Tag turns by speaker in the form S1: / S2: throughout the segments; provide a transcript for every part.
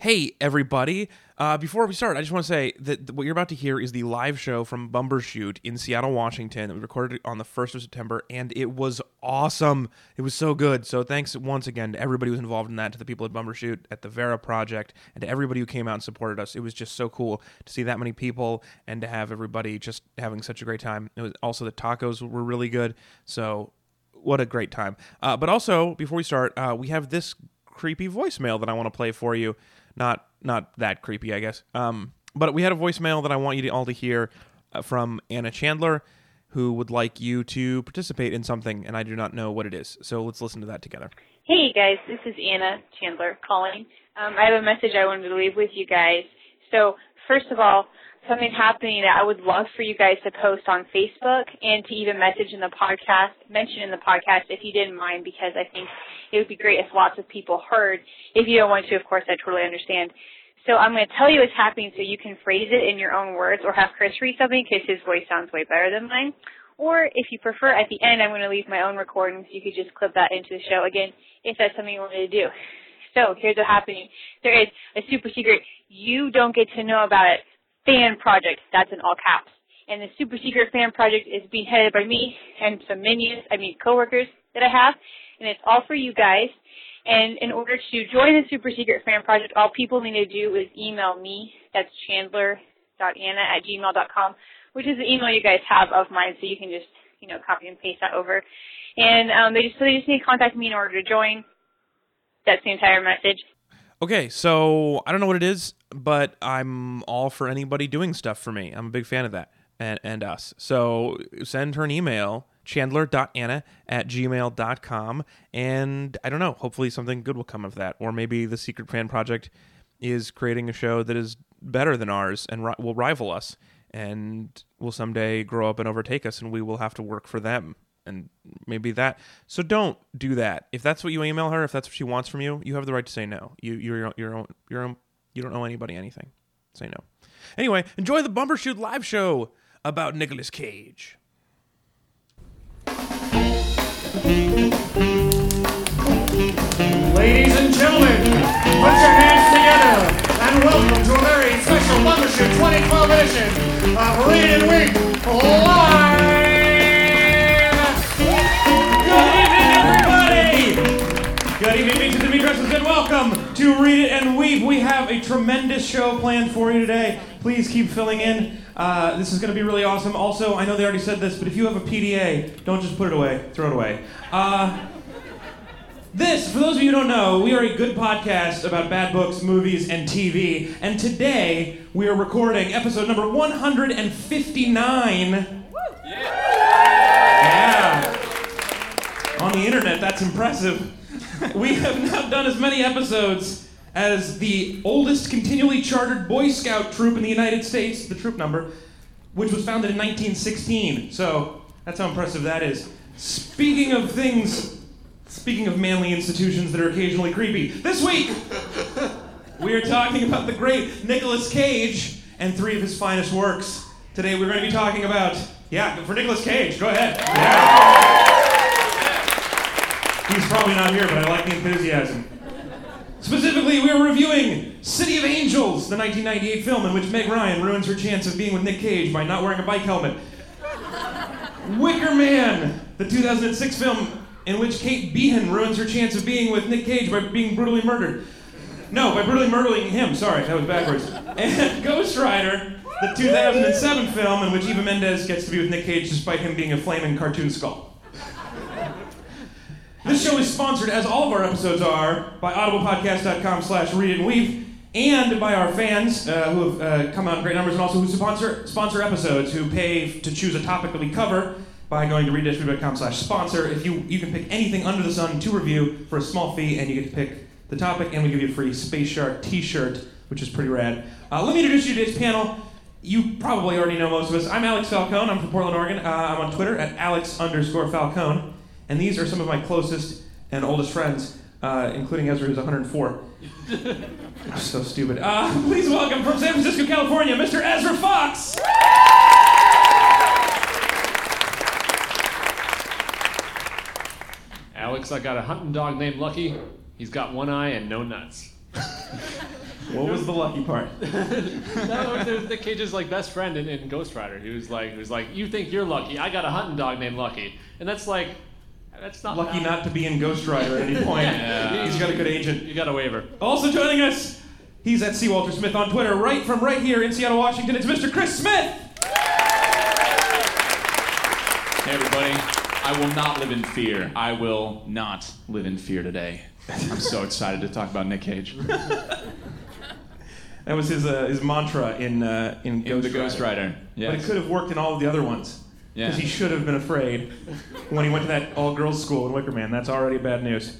S1: Hey, everybody. Uh, before we start, I just want to say that th- what you're about to hear is the live show from Bumbershoot in Seattle, Washington. That we recorded on the 1st of September, and it was awesome. It was so good. So thanks once again to everybody who was involved in that, to the people at Bumbershoot, at the Vera Project, and to everybody who came out and supported us. It was just so cool to see that many people and to have everybody just having such a great time. It was also the tacos were really good. So what a great time. Uh, but also, before we start, uh, we have this creepy voicemail that I want to play for you. Not not that creepy, I guess. Um, but we had a voicemail that I want you to all to hear uh, from Anna Chandler, who would like you to participate in something, and I do not know what it is. So let's listen to that together.
S2: Hey guys, this is Anna Chandler calling. Um, I have a message I wanted to leave with you guys. So first of all, something happening that I would love for you guys to post on Facebook and to even message in the podcast, mention in the podcast if you didn't mind, because I think it would be great if lots of people heard. If you don't want to, of course, I totally understand. So I'm going to tell you what's happening so you can phrase it in your own words or have Chris read something because his voice sounds way better than mine. Or if you prefer, at the end, I'm going to leave my own recording so you could just clip that into the show again if that's something you wanted to do. So here's what's happening. There is a super secret you don't get to know about it fan project. That's in all caps. And the super secret fan project is being headed by me and some minions, I mean coworkers that I have. And it's all for you guys. And in order to join the super secret fan project, all people need to do is email me. That's chandler.anna at gmail.com, which is the email you guys have of mine. So you can just, you know, copy and paste that over. And um, they just, so they just need to contact me in order to join. That's the entire message.
S1: Okay, so I don't know what it is, but I'm all for anybody doing stuff for me. I'm a big fan of that and, and us. So send her an email, chandler.anna at gmail.com. And I don't know, hopefully something good will come of that. Or maybe the Secret Fan Project is creating a show that is better than ours and ri- will rival us and will someday grow up and overtake us, and we will have to work for them. And maybe that. So don't do that. If that's what you email her, if that's what she wants from you, you have the right to say no. You, you're your own, your own, your own you don't owe anybody anything. Say no. Anyway, enjoy the Bumbershoot live show about Nicolas Cage.
S3: Ladies and gentlemen, put your hands together and welcome to a very special Wondership 2012 edition of Reading Week Live! Good evening, everybody! Good evening, Beaches and Beatresses, and welcome to Read It and Weep. We have a tremendous show planned for you today. Please keep filling in. Uh, this is going to be really awesome. Also, I know they already said this, but if you have a PDA, don't just put it away, throw it away. Uh, this, for those of you who don't know, we are a good podcast about bad books, movies, and TV. And today, we are recording episode number 159. yeah. On the internet, that's impressive. we have now done as many episodes as the oldest continually chartered Boy Scout troop in the United States, the troop number, which was founded in 1916. So that's how impressive that is. Speaking of things, speaking of manly institutions that are occasionally creepy, this week we are talking about the great Nicolas Cage and three of his finest works. Today we're going to be talking about, yeah, for Nicolas Cage, go ahead. He's probably not here, but I like the enthusiasm. Specifically, we are reviewing City of Angels, the 1998 film in which Meg Ryan ruins her chance of being with Nick Cage by not wearing a bike helmet. Wicker Man, the 2006 film in which Kate Behan ruins her chance of being with Nick Cage by being brutally murdered. No, by brutally murdering him. Sorry, that was backwards. And Ghost Rider, the 2007 film in which Eva Mendes gets to be with Nick Cage despite him being a flaming cartoon skull. This show is sponsored, as all of our episodes are, by audiblepodcast.com slash read and weave, and by our fans uh, who have uh, come out in great numbers and also who sponsor, sponsor episodes, who pay f- to choose a topic that we cover by going to readitweave.com slash sponsor. If you, you can pick anything under the sun to review for a small fee, and you get to pick the topic, and we give you a free Space Shark t-shirt, which is pretty rad. Uh, let me introduce you to today's panel. You probably already know most of us. I'm Alex Falcone. I'm from Portland, Oregon. Uh, I'm on Twitter at Alex underscore Falcone. And these are some of my closest and oldest friends, uh, including Ezra, who's 104. I'm so stupid. Uh, please welcome from San Francisco, California, Mr. Ezra Fox.
S4: Alex, I got a hunting dog named Lucky. He's got one eye and no nuts.
S3: What was the lucky part?
S4: That was, it was Nick Cage's like best friend in, in Ghost Rider. He was like, he was like, you think you're lucky? I got a hunting dog named Lucky, and that's like, that's not
S3: Lucky not to be in Ghost Rider at any point.
S4: Yeah.
S3: He's got a good agent.
S4: You got a waiver.
S3: Also joining us, he's at C. Walter Smith on Twitter, right from right here in Seattle, Washington. It's Mr. Chris Smith.
S5: Hey, everybody. I will not live in fear. I will not live in fear today. I'm so excited to talk about Nick Cage.
S3: That was his uh, his mantra in uh, in,
S5: In
S3: Ghost
S5: the Ghost Rider.
S3: But it
S5: Yes.
S3: could have worked in all of the other ones.
S5: Yeah.
S3: Because he should have been afraid when he went to that all girls school in Wicker Man. That's already bad news.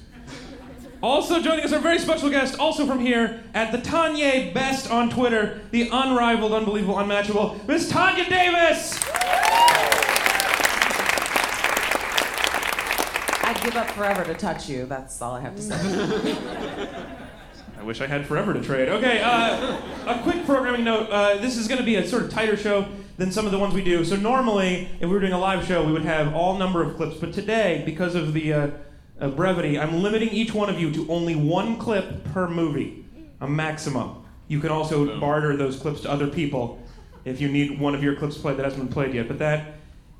S3: Also joining us, our very special guest, also from here, at the Tanya Best on Twitter, the unrivaled, unbelievable, unmatchable, Miss Tanya Davis!
S6: I'd give up forever to touch you. That's all I have to say.
S3: I wish I had forever to trade. Okay, uh, a quick programming note. Uh, this is going to be a sort of tighter show than some of the ones we do. So normally, if we were doing a live show, we would have all number of clips. But today, because of the uh, uh, brevity, I'm limiting each one of you to only one clip per movie, a maximum. You can also barter those clips to other people if you need one of your clips played that hasn't been played yet. But that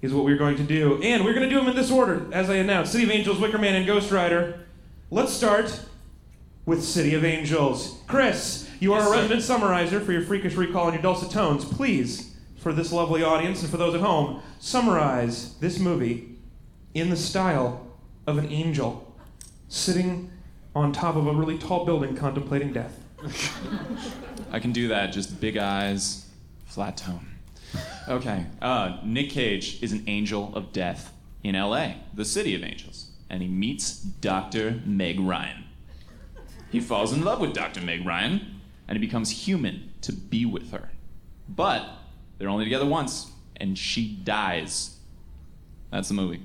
S3: is what we're going to do, and we're going to do them in this order, as I announced: City of Angels, Wicker Man, and Ghost Rider. Let's start with City of Angels. Chris, you are a resident summarizer for your freakish recall and your dulcet tones. Please, for this lovely audience and for those at home, summarize this movie in the style of an angel sitting on top of a really tall building contemplating death.
S5: I can do that. Just big eyes, flat tone. Okay. Uh, Nick Cage is an angel of death in L.A., the city of angels, and he meets Dr. Meg Ryan. He falls in love with Dr. Meg Ryan, and he becomes human to be with her. But they're only together once, and she dies. That's the movie.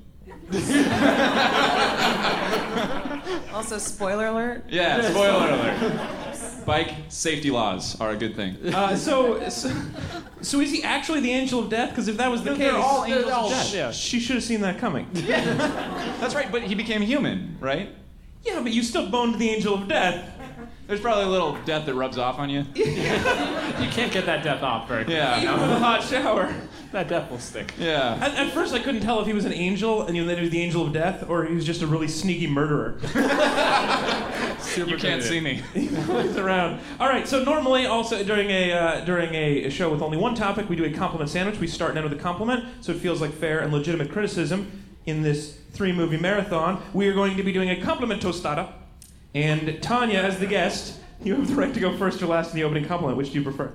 S6: Also, spoiler alert.
S5: Yeah, spoiler alert. Bike safety laws are a good thing.
S3: Uh, so, so, so is he actually the angel of death? Because if that was the case,
S5: They're all angels
S4: all-
S5: of death.
S4: yeah.
S3: she should have seen that coming.
S5: That's right, but he became human, right?
S3: yeah, but you still boned the angel of death.
S5: There's probably a little death that rubs off on you.
S4: You can't get that death off very.
S5: Yeah.
S3: Even with a hot shower.
S4: That death will stick.
S5: Yeah.
S3: At, at first, I couldn't tell if he was an angel, and then he was the angel of death, or he was just a really sneaky murderer.
S4: Super
S5: You can't see me.
S3: He's around. All right. So normally, also during a uh, during a, a show with only one topic, we do a compliment sandwich. We start and end with a compliment, so it feels like fair and legitimate criticism. In this three movie marathon, we are going to be doing a compliment tostada, and Tanya, as the guest, you have the right to go first or last in the opening compliment. Which do you prefer?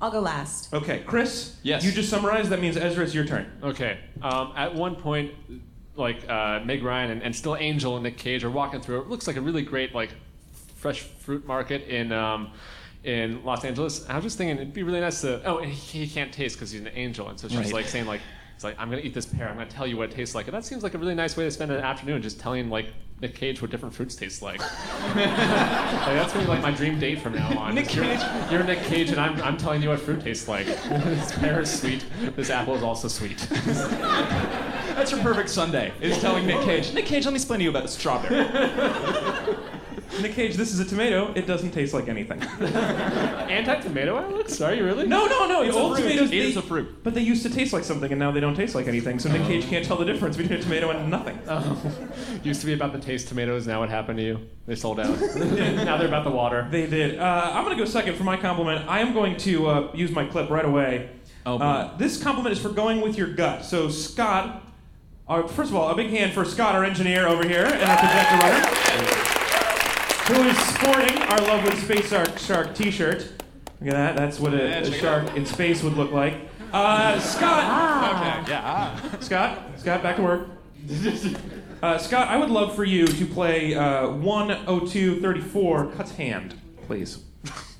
S6: I'll go last.
S3: Okay, Chris.
S5: Yes.
S3: You just summarized. That means Ezra, it's your turn.
S4: Okay. Um, at one point, like uh, Meg Ryan and, and still Angel and Nick Cage are walking through. It looks like a really great like fresh fruit market in um, in Los Angeles. I was just thinking it'd be really nice to. Oh, and he, he can't taste because he's an angel, and so she's
S5: Right.
S4: like saying like. It's like I'm gonna eat this pear. I'm gonna tell you what it tastes like, and that seems like a really nice way to spend an afternoon, just telling like Nick Cage what different fruits taste like. like that's gonna be like my dream date from now on.
S5: Nick
S4: You're-
S5: Cage.
S4: you're Nick Cage, and I'm, I'm telling you what fruit tastes like. this pear is sweet. This apple is also sweet.
S5: That's your perfect Sunday. Is telling Nick Cage. Nick Cage, let me explain to you about strawberry.
S3: Nick Cage, this is a tomato. It doesn't taste like anything.
S4: Anti-tomato Alex? Are you really?
S3: No, no, no.
S5: It's a
S3: old
S5: fruit.
S3: tomatoes.
S5: It
S3: they-
S5: is a fruit.
S3: But they used to taste like something, and now they don't taste like anything. So Nick Cage can't tell the difference between a tomato and nothing.
S4: Used to be about the taste tomatoes. Now what happened to you? They sold out. now they're about the water.
S3: They did. Uh, I'm going to go second for my compliment. I am going to uh, use my clip right away.
S5: Oh, boy.
S3: uh, this compliment is for going with your gut. So Scott, uh, first of all, a big hand for Scott, our engineer over here, and our projector runner, who is sporting our lovely Space Shark, Shark T-shirt. Look at that. That's what a,
S5: Yeah,
S3: a
S5: check it
S3: shark in space would look like. Uh, Scott.
S5: yeah.
S3: Scott, Scott, back to work. Uh, Scott, I would love for you to play uh, 10234 Cut's Hand, please.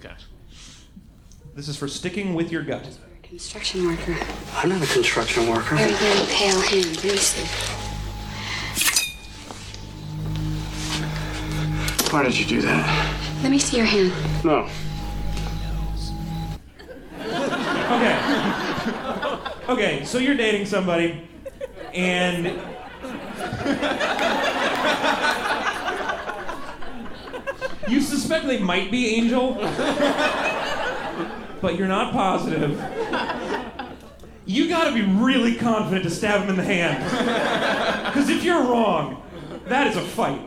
S4: Gosh.
S3: This is for sticking with your gut.
S7: Construction worker.
S8: I'm not a construction worker.
S7: Very, very pale hand. Very sick.
S8: Why did you do that?
S7: Let me see your hand.
S8: No.
S3: Okay. Okay, so you're dating somebody, and.
S9: You suspect they might be Angel, but you're not positive. You gotta be really confident to stab him in the hand. Because if you're wrong, that is a fight.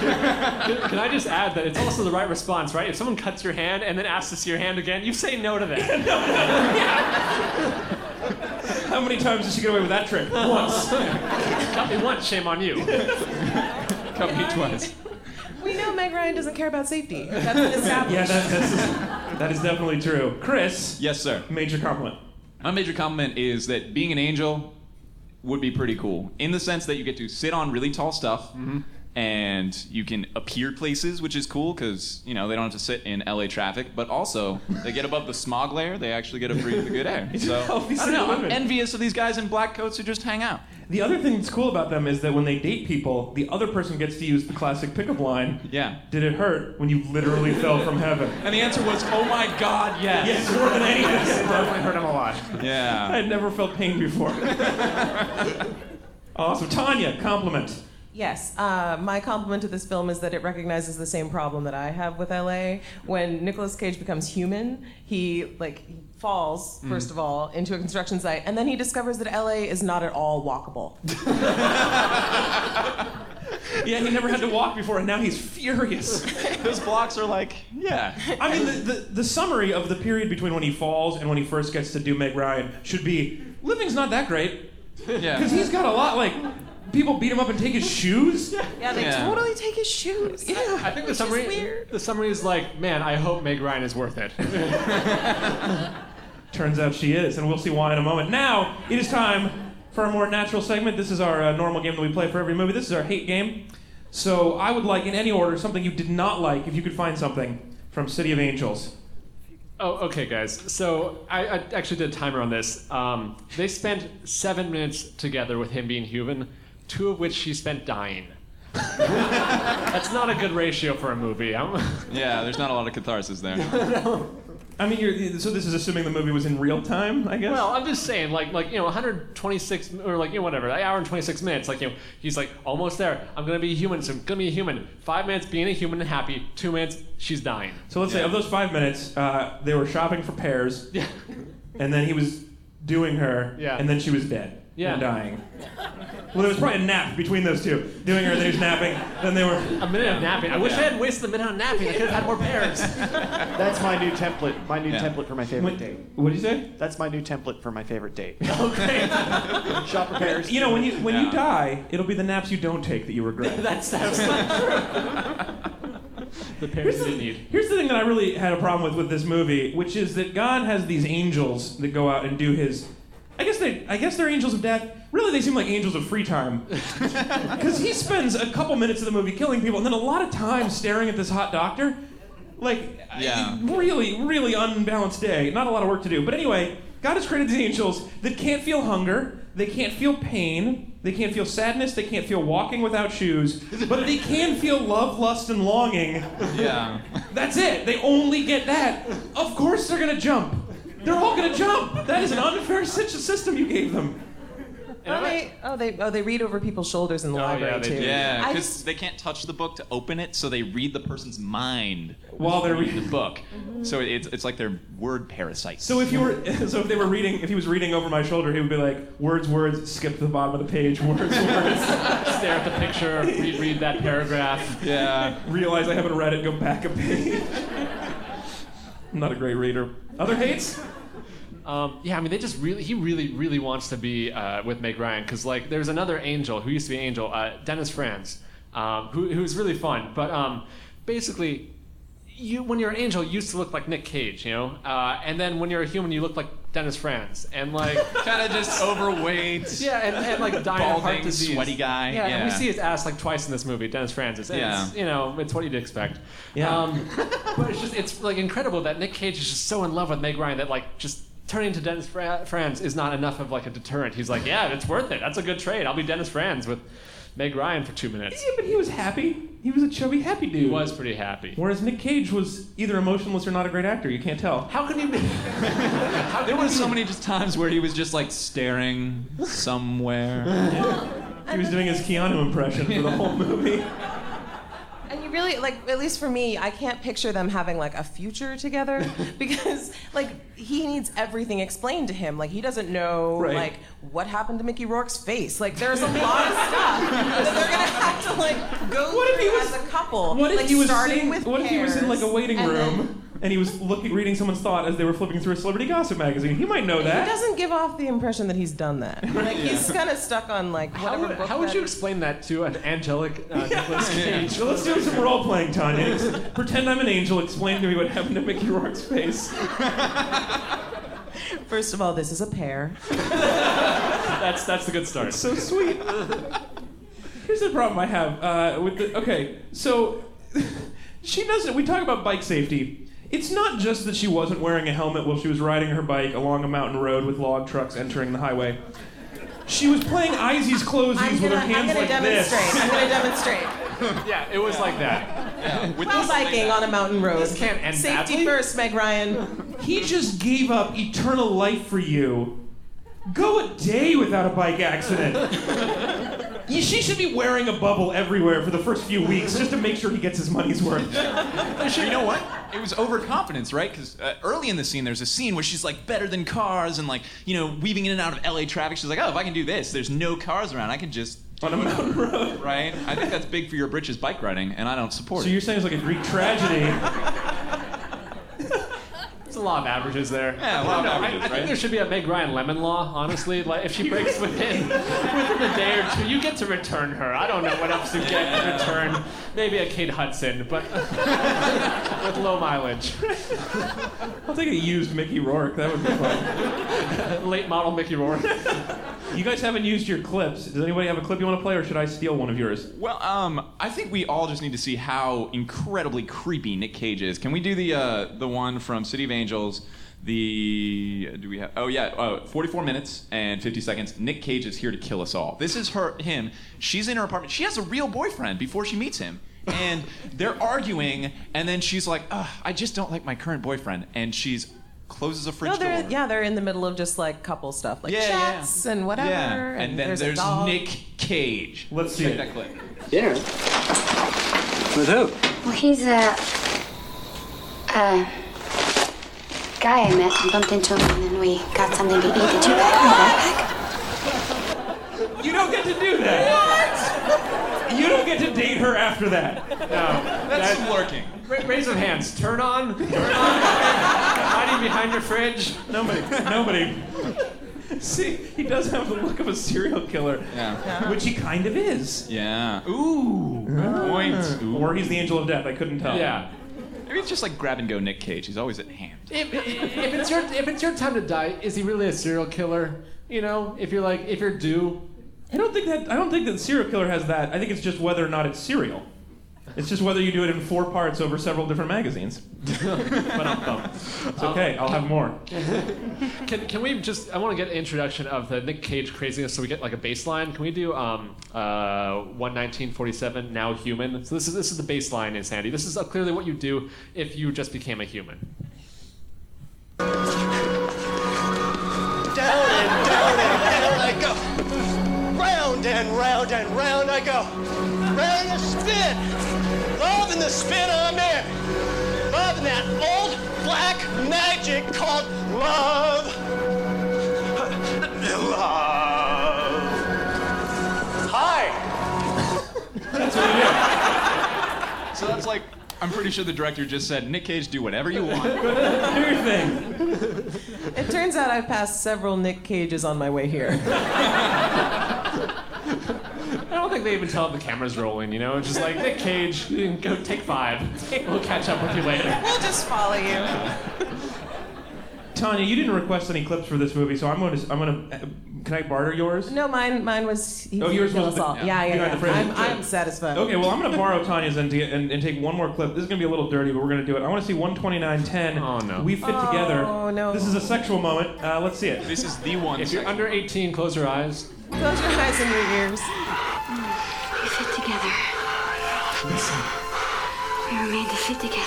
S4: Can I just add that it's also the right response, right? If someone cuts your hand and then asks to see your hand again, you say no to that.
S9: How many times did she get away with that trick? Once.
S4: Cut me once, shame on you.
S5: Cut me twice.
S6: We know Meg Ryan doesn't care about safety. That's been established.
S9: Yeah, that, that's, that is definitely true. Chris,
S5: Yes, sir.
S9: major compliment.
S5: My major compliment is that being an angel would be pretty cool in the sense that you get to sit on really tall stuff and you can appear places, which is cool because, you know, they don't have to sit in LA traffic, but also they get above the smog layer, they actually get to breathe the good air. So,
S9: healthy
S5: I don't know, I'm
S9: living.
S5: envious of these guys in black coats who just hang out.
S9: The other thing that's cool about them is that when they date people, the other person gets to use the classic pickup line.
S5: Yeah.
S9: Did it hurt when you literally fell from heaven?
S5: And the answer was, oh my god, yes.
S9: Yes, more than any of us. Definitely hurt him a lot. I
S5: Yeah.
S9: had never felt pain before. awesome. Tanya, compliment.
S6: Yes, uh, my compliment to this film is that it recognizes the same problem that I have with LA. When Nicolas Cage becomes human, he like he falls
S4: Mm.
S6: first of all into a construction site, and then he discovers that LA is not at all walkable.
S9: Yeah, he never had to walk before, and now he's furious.
S5: Those blocks are like, yeah.
S9: I mean, the, the, the summary of the period between when he falls and when he first gets to do Meg Ryan should be living's not that great. Because
S5: Yeah.
S9: he's got a lot, like, people beat him up and take his shoes.
S6: Yeah, they
S5: Yeah.
S6: totally take his shoes. Yeah,
S4: I think the summary
S6: weird.
S4: the summary is like, man, I hope Meg Ryan is worth it.
S9: Turns out she is, and we'll see why in a moment. Now, it is time for a more natural segment. This is our uh, normal game that we play for every movie. This is our hate game. So I would like, in any order, something you did not like, if you could find something from City of Angels.
S4: Oh, okay, guys. So I, I actually did a timer on this. Um, they spent seven minutes together with him being human, two of which she spent dying. That's not a good ratio for a movie. I'm,
S5: Yeah, there's not a lot of catharsis there.
S9: I mean, you're, so this is assuming the movie was in real time, I guess.
S4: well, I'm just saying, like, like you know, 126 m- or like you know, whatever, an hour and 26 minutes. Like you know, he's like almost there. I'm gonna be a human soon. Gonna be a human. Five minutes being a human and happy. Two minutes she's dying.
S9: so let's say of those five minutes, uh, they were shopping for pears,
S4: Yeah.
S9: and then he was doing her,
S4: Yeah.
S9: and then she was dead.
S4: Yeah.
S9: And dying. Well, there was probably a nap between those two. Doing her, then he was napping, then they were.
S4: A minute of napping. I wish I had wasted the minute on napping. I could have had more pears.
S10: That's my new template. My new
S5: Yeah.
S10: template for my favorite date.
S9: What did you say?
S10: That's my new template for my favorite date.
S9: Okay.
S10: Shop repairs.
S9: You know, when you when you
S5: Yeah.
S9: die, it'll be the naps you don't take that you regret.
S4: That's that's not true. the pears you didn't need.
S9: Here's the thing that I really had a problem with with this movie, which is that God has these angels that go out and do His. I guess they I guess they're angels of death. Really, they seem like angels of free time, because He spends a couple minutes of the movie killing people, and then a lot of time staring at this hot doctor. Like, I-
S5: Yeah.
S9: really, really unbalanced day. Not a lot of work to do. But anyway, God has created these angels that can't feel hunger, they can't feel pain, they can't feel sadness, they can't feel walking without shoes, but they can feel love, lust, and longing.
S5: Yeah.
S9: That's it. They only get that. Of course they're gonna jump. They're all gonna jump. That is an unfair sy- system you gave them.
S6: Oh, they, oh, they, oh, they read over people's shoulders in the library
S4: Oh, yeah, they
S6: too.
S4: do.
S5: Yeah,
S6: I
S5: because
S6: just-
S5: they can't touch the book to open it, so they read the person's mind
S9: While they're
S5: reading
S9: reading.
S5: the book. So it's, it's like they're word parasites.
S9: So if you were, so if they were reading, if he was reading over my shoulder, he would be like, words, words, skip to the bottom of the page, words, words.
S4: Stare at the picture, reread that paragraph.
S5: yeah,
S9: realize I haven't read it, go back a page. I'm not a great reader. Other hates?
S4: Um, yeah, I mean, they just really, he really, really wants to be uh, with Meg Ryan because, like, there's another angel who used to be an angel, uh, Dennis Franz, um, who, who's really fun. But um, basically, you when you're an angel, you used to look like Nick Cage, you know? Uh, and then when you're a human, you look like Dennis Franz. And, like,
S5: kind of just overweight,
S4: yeah, and, and like, dying of heart
S5: balding,
S4: disease.
S5: sweaty guy.
S4: Yeah, and we see his ass like twice in this movie, Dennis Francis. And it's,
S5: Yeah.
S4: you know, it's what you'd expect.
S9: Yeah.
S4: Um, but it's just, it's like incredible that Nick Cage is just so in love with Meg Ryan that like just turning to Dennis Fra- Franz is not enough of like a deterrent. He's like, yeah, it's worth it. That's a good trade. I'll be Dennis Franz with Meg Ryan for two minutes.
S9: Yeah, but he was happy. He was a chubby, happy dude.
S4: He was pretty happy.
S9: Whereas Nick Cage was either emotionless or not a great actor. You can't tell.
S4: How can you be? How
S5: There
S4: can
S5: were so many just times where he was just like staring somewhere.
S9: He was doing his Keanu impression for the whole movie.
S6: And you really like at least for me, I can't picture them having like a future together because like he needs everything explained to him. Like he doesn't know
S9: Right.
S6: like what happened to Mickey Rourke's face. Like there's a lot of stuff that they're gonna have to like go
S9: What if he
S6: through
S9: was-
S6: as a couple.
S9: What if
S6: like
S9: he was
S6: starting
S9: sitting,
S6: with
S9: What if he was in like a
S6: pears
S9: waiting
S6: and then-
S9: room and he was looking, reading someone's thought as they were flipping through a celebrity gossip magazine? He might know
S6: He
S9: that.
S6: doesn't give off the impression that he's done that. Like he's kind of stuck on like
S4: How
S6: whatever
S4: would,
S6: book
S4: how would
S6: that
S4: you
S6: is.
S4: explain that to an angelic uh, Nicholas Cage?
S9: So let's do some role playing, Tanya. Pretend I'm an angel. Explain to me what happened to Mickey Rourke's face.
S6: First of all, this is a pair.
S4: That's that's the good start.
S9: so sweet. Here's the problem I have uh, with the. Okay, so she doesn't. We talk about bike safety. It's not just that she wasn't wearing a helmet while she was riding her bike along a mountain road with log trucks entering the highway. She was playing Izzy's closies
S6: I'm
S9: with
S6: gonna,
S9: her
S6: I'm
S9: hands
S6: gonna
S9: like
S6: demonstrate.
S9: this.
S6: I'm gonna demonstrate.
S4: Yeah, it was like that.
S5: With
S6: While
S5: this-
S6: biking on a mountain road.
S4: can't end
S6: Safety
S4: badly.
S6: first, Meg Ryan.
S9: He just gave up eternal life for you. Go a day without a bike accident. You- she should be wearing a bubble everywhere for the first few weeks just to make sure he gets his money's worth.
S5: you know what? It was overconfidence, right? Because uh, early in the scene, there's a scene where she's like better than cars and like, you know, weaving in and out of LA traffic. She's like, oh, if I can do this, there's no cars around. I can just,
S9: on a mountain road.
S5: right? I think that's big for your britches bike riding, and I don't support
S9: So
S5: it.
S9: you're saying it's like a Greek tragedy?
S4: There's a lot of averages there.
S5: Yeah, a
S4: I don't
S5: lot of
S4: know, I-
S5: averages,
S4: I,
S5: right?
S4: think there should be a Meg Ryan lemon law, honestly. Like if she breaks within within a day or two, you get to return her. I don't know what else to get in return. Maybe a Kate Hudson, but with low mileage.
S9: I'll take a used Mickey Rourke. That would be fun.
S4: Late model Mickey Rourke.
S9: you guys haven't used your clips. Does anybody have a clip you want to play, or should I steal one of yours?
S5: Well, um, I think we all just need to see how incredibly creepy Nick Cage is. Can we do the uh, the one from City of Angels? The do we have? Oh yeah, uh, 44 minutes and 50 seconds. Nick Cage is here to kill us all. This is her, him. She's in her apartment. She has a real boyfriend before she meets him, and they're arguing. And then she's like, Ugh, "I just don't like my current boyfriend," and she's closes a fridge
S6: No, they're
S5: door.
S6: yeah, they're in the middle of just like couple stuff, like
S5: Yeah, yeah.
S6: chats and whatever.
S5: Yeah, and, then there's,
S6: a dog.
S5: Nick Cage.
S9: Let's see
S5: Check that
S9: it.
S5: clip.
S11: Dinner? With who?
S7: Well, he's a, a guy I met and bumped into him, and then we got something to eat. Did you pack my backpack?
S9: You don't get to do that. What? You don't get to date her after that.
S4: No.
S5: That's lurking.
S4: Ra- Raise of hands. Turn on. Turn on. Hiding behind your fridge.
S9: Nobody. Nobody. See, he does have the look of a serial killer,
S5: Yeah.
S9: which he kind of is.
S5: Yeah. Ooh. Good point. Ooh.
S9: Or he's the angel of death. I couldn't tell.
S4: Yeah.
S5: Maybe it's just like grab and go Nick Cage. He's always at hand.
S4: If, if it's your if it's your time to die, is he really a serial killer? You know, if you're like if you're due,
S9: I don't think that. I don't think that serial killer has that. I think it's just whether or not it's serial. It's just whether you do it in four parts over several different magazines. but I'm pumped. It's okay. I'll have more.
S4: Can, can we just? I want to get an introduction of the Nick Cage craziness, so we get like a baseline. Can we do um uh one nineteen forty seven now human? So this is this is the baseline insanity. This is uh, clearly what you do if you just became a human.
S10: Down and down and down I go. Round and round and round I go. Round the spin. Loving the spin I'm in. Loving that old black magic called love. Love. Hi.
S5: So that's like, I'm pretty sure the director just said, Nick Cage, do whatever you want.
S9: Do your thing.
S6: It turns out I've passed several Nick Cages on my way here.
S4: I don't think they even tell if the camera's rolling. You know, it's just like Nick Cage, go take five. We'll catch up with you later.
S6: we'll just follow you.
S9: Tanya, you didn't request any clips for this movie, so I'm going to. I'm going to. Can I barter yours?
S6: No, mine mine was he
S9: Oh,
S6: oh, yours
S9: yours
S6: kill
S9: was
S6: us
S9: the-
S6: all. Yeah, yeah.
S9: behind the
S6: yeah,
S9: prison.
S6: I'm, I'm satisfied.
S9: Okay, well, I'm going to borrow Tanya's and, to get- and, and take one more clip. This is going to be a little dirty, but we're going to do it. I want to see 129.10.
S4: Oh, no.
S9: We fit together.
S6: Oh, no.
S9: This is a sexual moment. Uh, let's see it.
S5: This is the one.
S4: If you're
S5: section.
S4: under eighteen, close your eyes.
S6: Close your eyes and your ears.
S7: We fit together.
S8: Oh,
S7: We were made to fit together.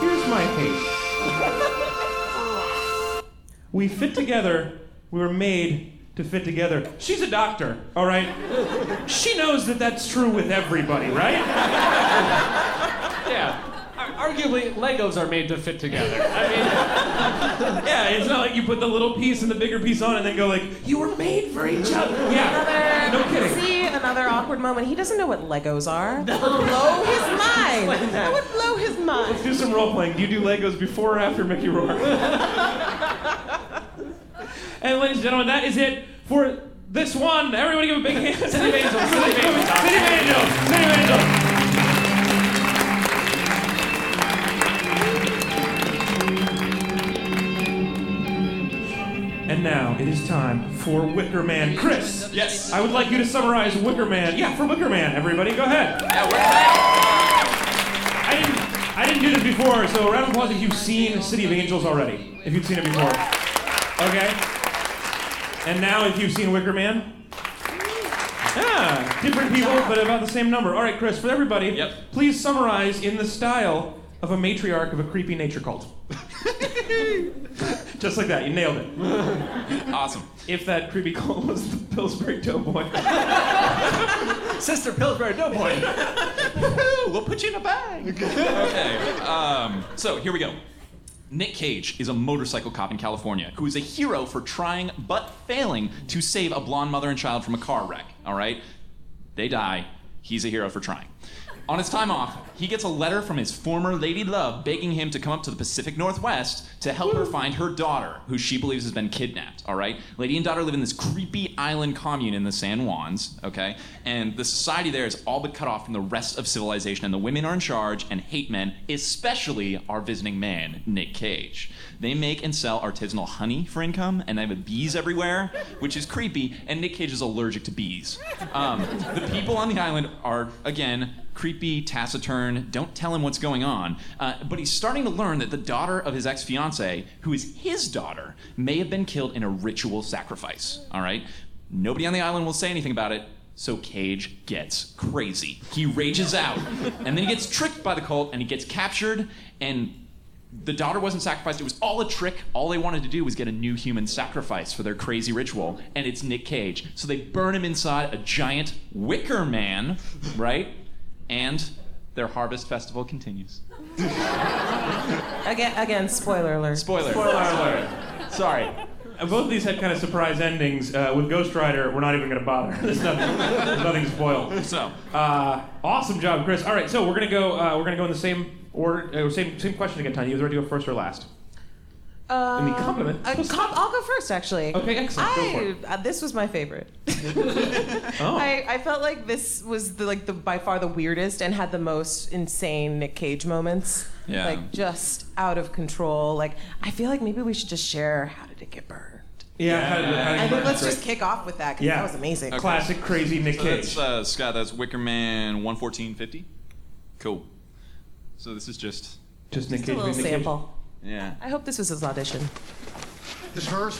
S9: Here's my hate. we fit together. We were made to fit together. She's a doctor, all right? She knows that that's true with everybody, right?
S4: Yeah. Ar- Arguably, Legos are made to fit together. I mean,
S9: Yeah, it's not like you put the little piece and the bigger piece on and then go like, you were made for each other. Yeah, no kidding.
S6: See another awkward moment. He doesn't know what Legos are. blow his mind. That would blow his mind.
S9: Do some role playing. Do you do Legos before or after Mickey Rourke? and ladies and gentlemen, that is it for this one. Everybody give a big hand. City of Angels. City of Angels. City of Angels. City of Angels. And now it is time for Wicker Man. Chris.
S5: Yes.
S9: I would like you to summarize Wicker Man. Yeah, for Wicker Man, everybody, go ahead.
S5: Yeah, we're back.
S9: I didn't, I didn't do this before, so a round of applause if you've seen City of Angels already. If you've seen it before. Okay? And now if you've seen Wicker Man. Yeah, different people, but about the same number. All right, Chris, for everybody,
S5: Yep.
S9: please summarize in the style of a matriarch of a creepy nature cult. Just like that, you nailed it.
S5: Awesome.
S9: If that creepy cult was the Pillsbury Doughboy.
S5: Sister Pillsbury Doughboy. we'll put you in a bag. okay. Um, so here we go. Nick Cage is a motorcycle cop in California who is a hero for trying but failing to save a blonde mother and child from a car wreck. All right? They die. He's a hero for trying. On his time off, he gets a letter from his former lady love begging him to come up to the Pacific Northwest to help her find her daughter, who she believes has been kidnapped. All right? Lady and daughter live in this creepy island commune in the San Juans, okay? And the society there is all but cut off from the rest of civilization, and the women are in charge and hate men, especially our visiting man, Nick Cage. They make and sell artisanal honey for income, and they have bees everywhere, which is creepy, and Nick Cage is allergic to bees. Um, the people on the island are, again, creepy, taciturn, don't tell him what's going on. Uh, but he's starting to learn that the daughter of his ex fiancee, who is his daughter, may have been killed in a ritual sacrifice. All right? Nobody on the island will say anything about it. So Cage gets crazy. He rages out. And then he gets tricked by the cult and he gets captured and the daughter wasn't sacrificed. It was all a trick. All they wanted to do was get a new human sacrifice for their crazy ritual, and it's Nick Cage. So they burn him inside a giant wicker man, right? And their harvest festival continues.
S6: Again, again, spoiler alert.
S5: Spoiler.
S9: Spoiler alert.
S5: Sorry.
S9: And Uh, both of these had kind of surprise endings. Uh, with Ghost Rider, we're not even going to bother. There's nothing, there's nothing spoiled.
S5: So,
S9: Uh, awesome job, Chris. All right, so we're gonna go. Uh, we're gonna go in the same order, uh, same same question again, Tanya. You either go first or last.
S6: Um,
S9: mean, compliment.
S6: I- com- I'll go first, actually.
S9: Okay, excellent. Go
S6: I,
S9: for it.
S6: Uh, this was my favorite.
S9: Oh.
S6: I, I felt like this was the, like the by far the weirdest and had the most insane Nick Cage moments.
S5: Yeah.
S6: Like just out of control. Like I feel like maybe we should just share how did it get burned.
S9: yeah. how did- how did
S6: I
S9: you
S6: think
S9: learn?
S6: let's just kick off with that because
S9: Yeah.
S6: that was amazing.
S9: Classic crazy Nick Cage.
S5: that's, uh, Scott, that's Wickerman 11450. Cool. So this is just,
S9: just Nick
S6: Just
S9: Cage.
S6: a little
S9: being Nick Cage.
S6: sample.
S5: yeah.
S6: I hope this was his audition.
S10: This hers?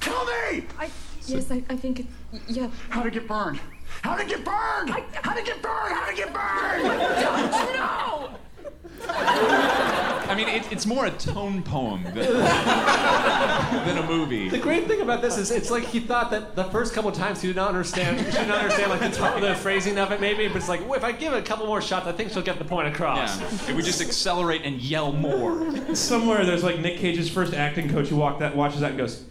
S10: Tell me!
S12: I, yes, I, I think it. Yeah.
S10: How to get burned? How to get burned? How to get burned? How to get burned?
S5: I mean, it, it's more a tone poem than, than a movie.
S4: the great thing about this is it's like he thought that the first couple times he did not understand, he did not understand like the, tone, the phrasing of it maybe, but it's like if I give it a couple more shots, I think she'll get the point across.
S5: Yeah. If we just accelerate and yell more.
S9: Somewhere there's like Nick Cage's first acting coach who walked that watches that and goes.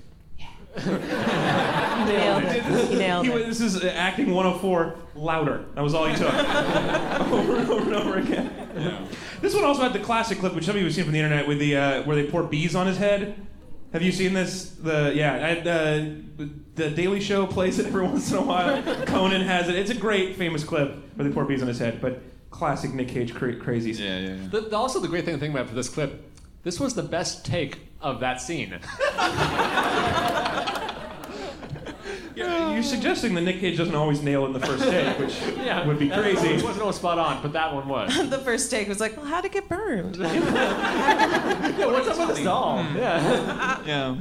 S6: Nailed it. He nailed
S9: He,
S6: it.
S9: went- this is uh, acting 104 louder. That was all he took. over and over and over again. This one also had the classic clip, which some of you have seen from the internet, with the uh, where they pour bees on his head. Have you seen this? The yeah, I, uh, the Daily Show plays it every once in a while. Conan has it. It's a great famous clip where they pour bees on his head, but classic Nick Cage cra- crazies.
S5: Yeah, yeah, yeah.
S4: The, the- also, the great thing to think about for this clip, this was the best take of that scene.
S9: You're, you're suggesting that Nick Cage doesn't always nail in the first take, which
S4: Yeah,
S9: would be
S4: that-
S9: crazy.
S4: It wasn't all spot on, but that one was.
S6: the first take was like, well, how'd it get burned?
S4: yeah, what's up with this doll?
S9: Hmm.
S4: Yeah.
S5: Yeah.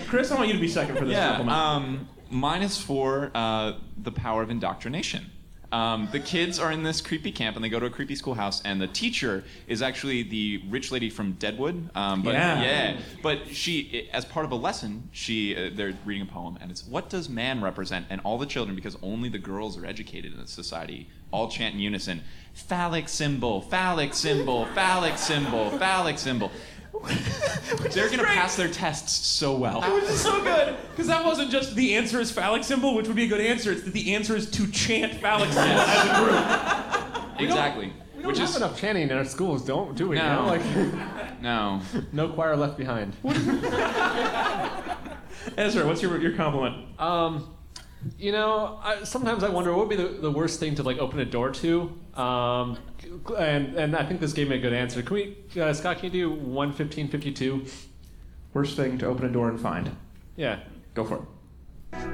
S9: Chris, I want you to be second for this
S5: Yeah.
S9: compliment.
S5: Um, minus for uh, the power of indoctrination. Um, the kids are in this creepy camp, and they go to a creepy schoolhouse. And the teacher is actually the rich lady from Deadwood. Um, but
S9: Yeah.
S5: But she, as part of a lesson, she uh, they're reading a poem, and it's "What does man represent?" And all the children, because only the girls are educated in this society, all chant in unison: "Phallic symbol, phallic symbol, phallic symbol, phallic symbol." They're gonna pass their tests so well.
S9: Which is so good because that wasn't just the answer is phallic symbol, which would be a good answer. It's that the answer is to chant phallic symbol as a group.
S5: Exactly.
S4: We don't have enough chanting in our schools, don't do we?
S5: No.
S4: now? Like,
S5: No.
S4: no choir left behind.
S9: Ezra, what's your your compliment?
S4: Um, you know, I, sometimes I wonder what would be the, the worst thing to like open a door to. Um, and and I think this gave me a good answer. Can we, uh, Scott? Can you do one fifteen fifty two?
S9: Worst thing to open a door and find.
S4: Yeah.
S9: Go for it.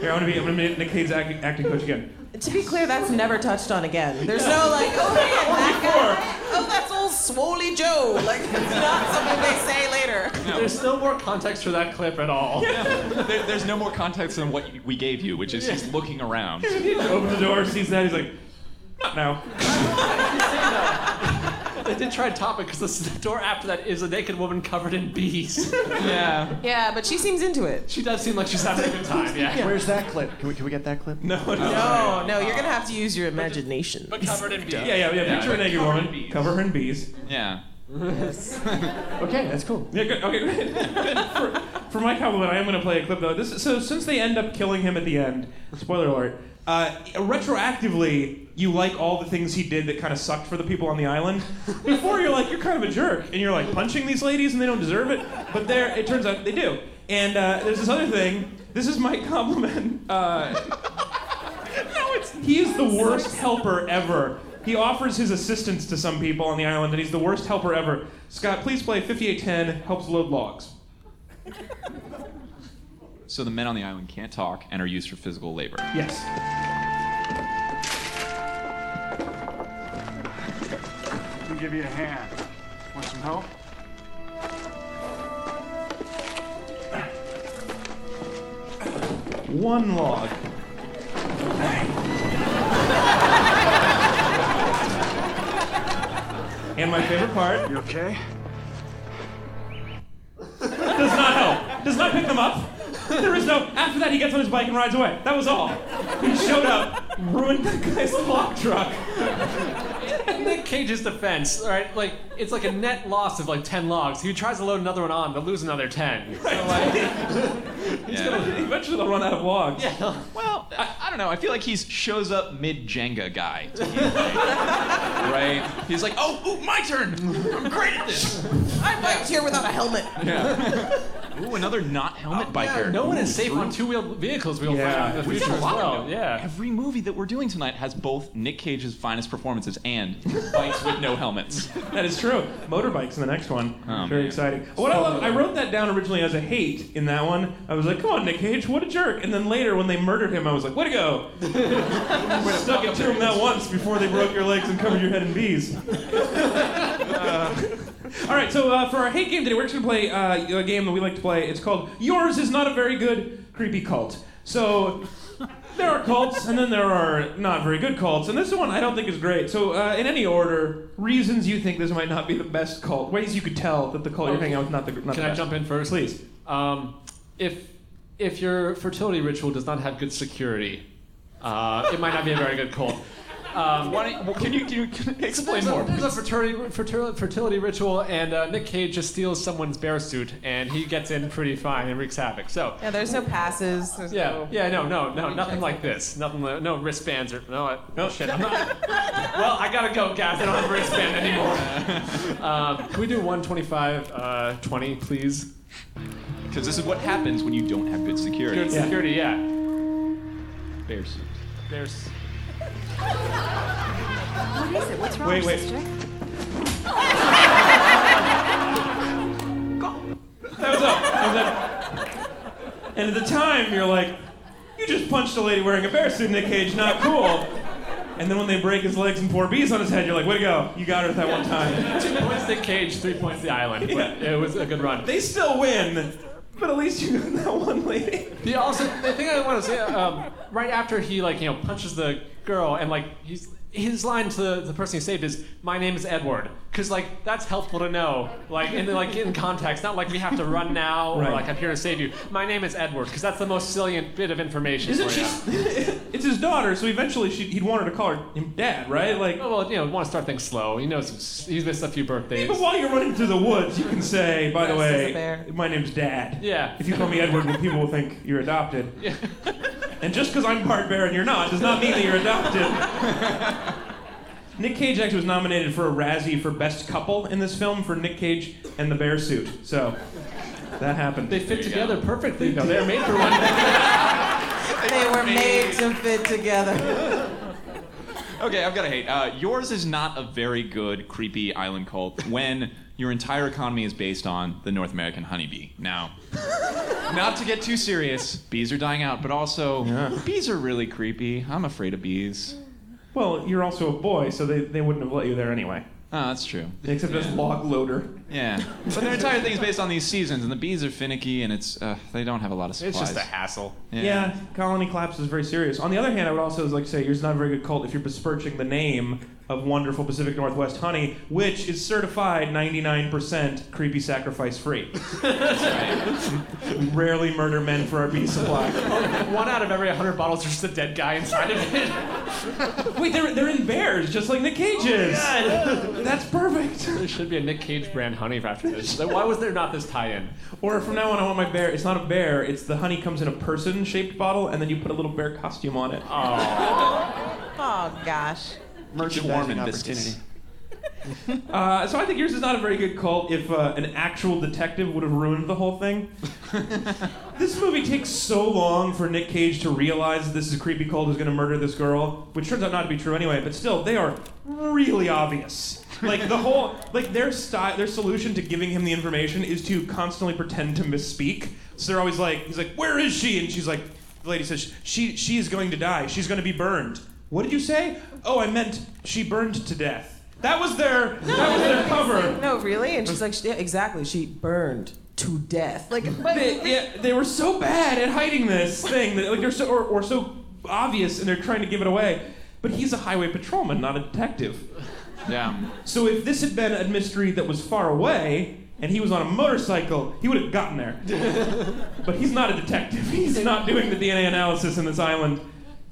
S9: Here, I'm gonna be I'm gonna be Nick Cage's act, acting coach again.
S6: To be clear, that's never touched on again. There's no like, oh man, that guy. Oh, that's old Swoley Joe. Like, it's not something they say later.
S4: There's no more context for that clip at all.
S5: There, there's no more context than what we gave you, which is he's looking around.
S9: Opens the door, sees that, he's like, not now.
S4: They did try topic because the door after that is a naked woman covered in bees.
S5: Yeah.
S6: Yeah, but she seems into it.
S4: she does seem like she's having a good time. Yeah.
S13: Where's that clip? Can we, can we get that clip?
S9: No, no.
S6: No, no, you're gonna have to use your imagination.
S4: But covered in bees.
S9: Yeah, yeah, yeah. Picture a naked
S5: Cover in
S9: woman,
S5: bees.
S9: cover her in bees.
S5: Yeah.
S13: Okay, that's cool.
S9: Yeah, good. Okay, good. Good. For, for my compliment, I am going to play a clip though. This so since they end up killing him at the end, spoiler alert. Uh, retroactively, you like all the things he did that kind of sucked for the people on the island. Before you're like you're kind of a jerk, and you're like punching these ladies, and they don't deserve it. But there, it turns out they do. And uh, there's this other thing. This is my compliment. Uh, no, it's he is the worst helper ever. He offers his assistance to some people on the island, and he's the worst helper ever. Scott, please play 5810 helps load logs.
S5: So the men on the island can't talk and are used for physical labor.
S9: Yes.
S13: Let me give you a hand. Want some help?
S9: One log. and my favorite part
S13: You okay?
S9: does not help. Does not pick them up. There is no. After that, he gets on his bike and rides away. That was all. He showed up, ruined the guy's log truck.
S4: In Nick Cage's defense, all right, like it's like a net loss of like ten logs. He tries to load another one on, they'll lose another ten.
S5: Yeah.
S9: Eventually, they'll run out of logs.
S5: Well, I, I don't know. I feel like he's shows up mid Jenga guy. to you, right? Right? He's like, oh, ooh, my turn. I'm great at this.
S6: I biked here without a helmet.
S5: Ooh, another not helmet biker.
S4: Oh, No one is safe on two-wheeled vehicles. We'll
S9: Yeah.
S4: find out in the
S5: We've
S4: future
S5: got a
S4: as
S5: lot of
S4: well.
S5: them.
S4: Yeah.
S5: Every movie that we're doing tonight has both Nick Cage's finest performances and fights with no helmets.
S9: That is true. Motorbikes in the next one.
S5: Oh,
S9: Very
S5: man.
S9: exciting. What I love, I wrote that down originally as a hate in that one. I was like, come on, Nick Cage, what a jerk. And then later, when they murdered him, I was like, way to go. Stuck it to him that once before they broke your legs and covered your head in bees. Uh, all right, so uh, for our hate game today, we're just going to play uh, a game that we like to play. It's called Yours is Not a Very Good Creepy Cult. So there are cults, and then there are not very good cults, and this one I don't think is great. So, uh, in any order, reasons you think this might not be the best cult, ways you could tell that the cult you're hanging out with not the not
S4: Can
S9: the
S4: I
S9: best.
S4: jump in first,
S9: Please.
S4: Um, if if your fertility ritual does not have good security, uh, it might not be a very good cult. Um,
S5: Why don't you, can you, can you can you explain
S4: there's
S5: more?
S4: A, there's a fertility, fertility, fertility ritual, and uh, Nick Cage just steals someone's bear suit, and he gets in pretty fine and wreaks havoc. So,
S6: Yeah, there's no passes. There's
S4: yeah,
S6: no.
S4: yeah, no, no, no, nothing like this. Nothing, li- no wristbands or no, I- no shit. I'm not, well, I gotta go, guys. I don't have a wristband anymore. Um, can we do 125, uh, 20, please?
S5: Because this is what happens when you don't have good security.
S4: Good security, yeah.
S5: Bear suit.
S4: There's.
S12: What is it? What's wrong,
S9: Wait, wait.
S12: sister?
S9: That was up. That was up. And at the time, you're like, you just punched a lady wearing a bear suit in a cage. Not cool. And then when they break his legs and pour bees on his head, you're like, way to go. You got her that one time.
S4: Two points the cage, three points the island. But it was a good run.
S9: They still win, but at least you got that one lady.
S4: He also the thing I want to say um, right after he like you know punches the girl and like he's his line to the, the person he saved is my name is Edward because like that's helpful to know like in like in context not like we have to run now or
S9: Right.
S4: like I'm here to save you my name is Edward because that's the most salient bit of information
S9: Isn't
S4: for
S9: she?
S4: you.
S9: it's his daughter, so eventually she, he'd want her to call her him dad, right? Like,
S4: Oh, well you know want to start things slow he knows he's missed a few birthdays
S9: but while you're running through the woods, you can say, by the
S4: Yes, it's a
S9: way,
S4: bear.
S9: my name's Dad.
S4: Yeah.
S9: If you call me Edward, people will think you're adopted. Yeah. And just because I'm part bear and you're not, does not mean that you're adopted. Nick Cage actually was nominated for a Razzie for Best Couple in this film for Nick Cage and the bear suit. So that happened.
S4: they fit together perfectly though they're made for one
S6: They were made to fit together.
S5: Okay, I've got to hate. Uh, yours is not a very good creepy island cult when your entire economy is based on the North American honeybee. Now, not to get too serious, bees are dying out, but also bees are really creepy. I'm afraid of bees.
S9: Well, you're also a boy, so they, they wouldn't have let you there anyway.
S5: Ah, that's true.
S9: Except as log loader.
S5: Yeah, but their entire thing is based on these seasons, and the bees are finicky, and it's uh, they don't have a lot of supplies.
S4: it's just a hassle
S5: Yeah.
S9: Yeah, colony collapse is very serious. On the other hand, I would also like to say yours is not a very good cult if you're besmirching the name of wonderful Pacific Northwest honey, which is certified 99% creepy sacrifice free. We Rarely murder men for our bee supply.
S4: one out of every 100 bottles is just a dead guy inside of it
S9: Wait, they're, they're in bears, just like Nick Cage is. That's perfect.
S4: there should be a Nick Cage brand honey for after this Like, why was there not this tie-in
S9: Or from now on, I want my bear. It's not a bear. It's the honey comes in a person-shaped bottle, and then you put a little bear costume on it.
S6: Oh gosh.
S5: Keep it warm and viscous.
S9: Uh, so I think yours is not a very good cult if uh, an actual detective would have ruined the whole thing. this movie takes so long for Nick Cage to realize that this is a creepy cult who's going to murder this girl, which turns out not to be true anyway. But still, they are really obvious. Like the whole, like their style, their solution to giving him the information is to constantly pretend to misspeak. So they're always like, he's like, "Where is she?" And she's like, the lady says, "She she is going to die. She's going to be burned." What did you say? Oh, I meant she burned to death. That was their that was their cover.
S6: No, really? And she's like, "She- yeah, exactly. She burned to death. Like, but
S9: They, yeah, they were so bad at hiding this thing that like they're so or, or so obvious and they're trying to give it away. But he's a highway patrolman, not a detective.
S5: Yeah.
S9: So if this had been a mystery that was far away and he was on a motorcycle, he would have gotten there. but he's not a detective. He's not doing the DNA analysis in this island.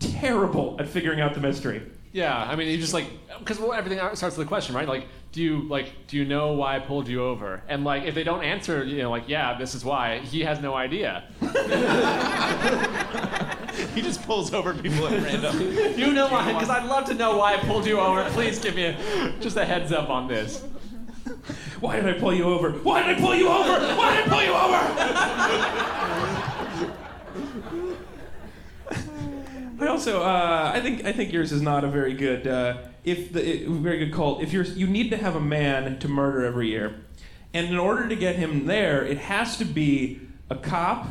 S9: Terrible at figuring out the mystery.
S4: Yeah, I mean, you just like because well, everything starts with a question, right? Like, do you like do you know why I pulled you over? And like, if they don't answer, you know, like, yeah, this is why. He has no idea.
S5: He just pulls over people at random.
S4: You know why? Because I'd love to know why I pulled you over. Please give me just a heads up on this.
S9: Why did I pull you over? Why did I pull you over? Why did I pull you over? I also, uh, I think, I think yours is not a very good, uh, if the i- very good cult. If you're, you need to have a man to murder every year, and in order to get him there, it has to be a cop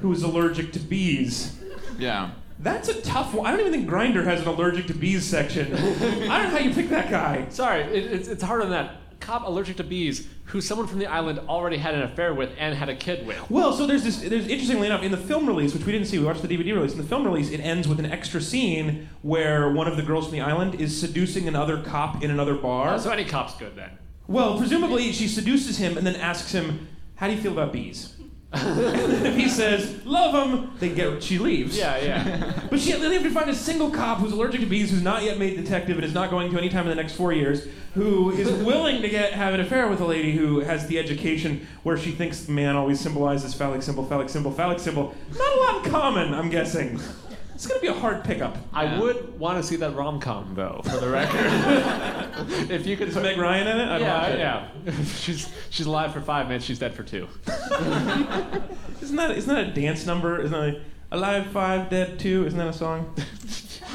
S9: who is allergic to bees.
S5: yeah.
S9: That's a tough one. I don't even think Grinder has an allergic to bees section. I don't know how you pick that guy.
S4: Sorry, it, it's it's harder than that. Cop allergic to bees, who someone from the island already had an affair with and had a kid with.
S9: Well, so there's this. There's interestingly enough in the film release, which we didn't see. We watched the DVD release. In the film release, it ends with an extra scene where one of the girls from the island is seducing another cop in another bar.
S4: So any cop's good then.
S9: Well, presumably she seduces him and then asks him, "How do you feel about bees?" And if he says, "Love them," they get. She leaves.
S4: Yeah, yeah.
S9: But she, they have to find a single cop who's allergic to bees, who's not yet made detective, and is not going to any time in the next four years, who is willing to get have an affair with a lady who has the education where she thinks man always symbolizes phallic symbol, phallic symbol, phallic symbol. Not a lot in common, I'm guessing. It's gonna be a hard pickup.
S4: I would want to see that rom com though, for the record. if you could
S9: Is Meg Ryan in it? I'd watch it.
S4: Yeah, yeah. she's she's alive for five minutes. She's dead for two.
S9: Isn't that isn't that a dance number? Isn't that a, Alive Five, Dead Two? Isn't that a song?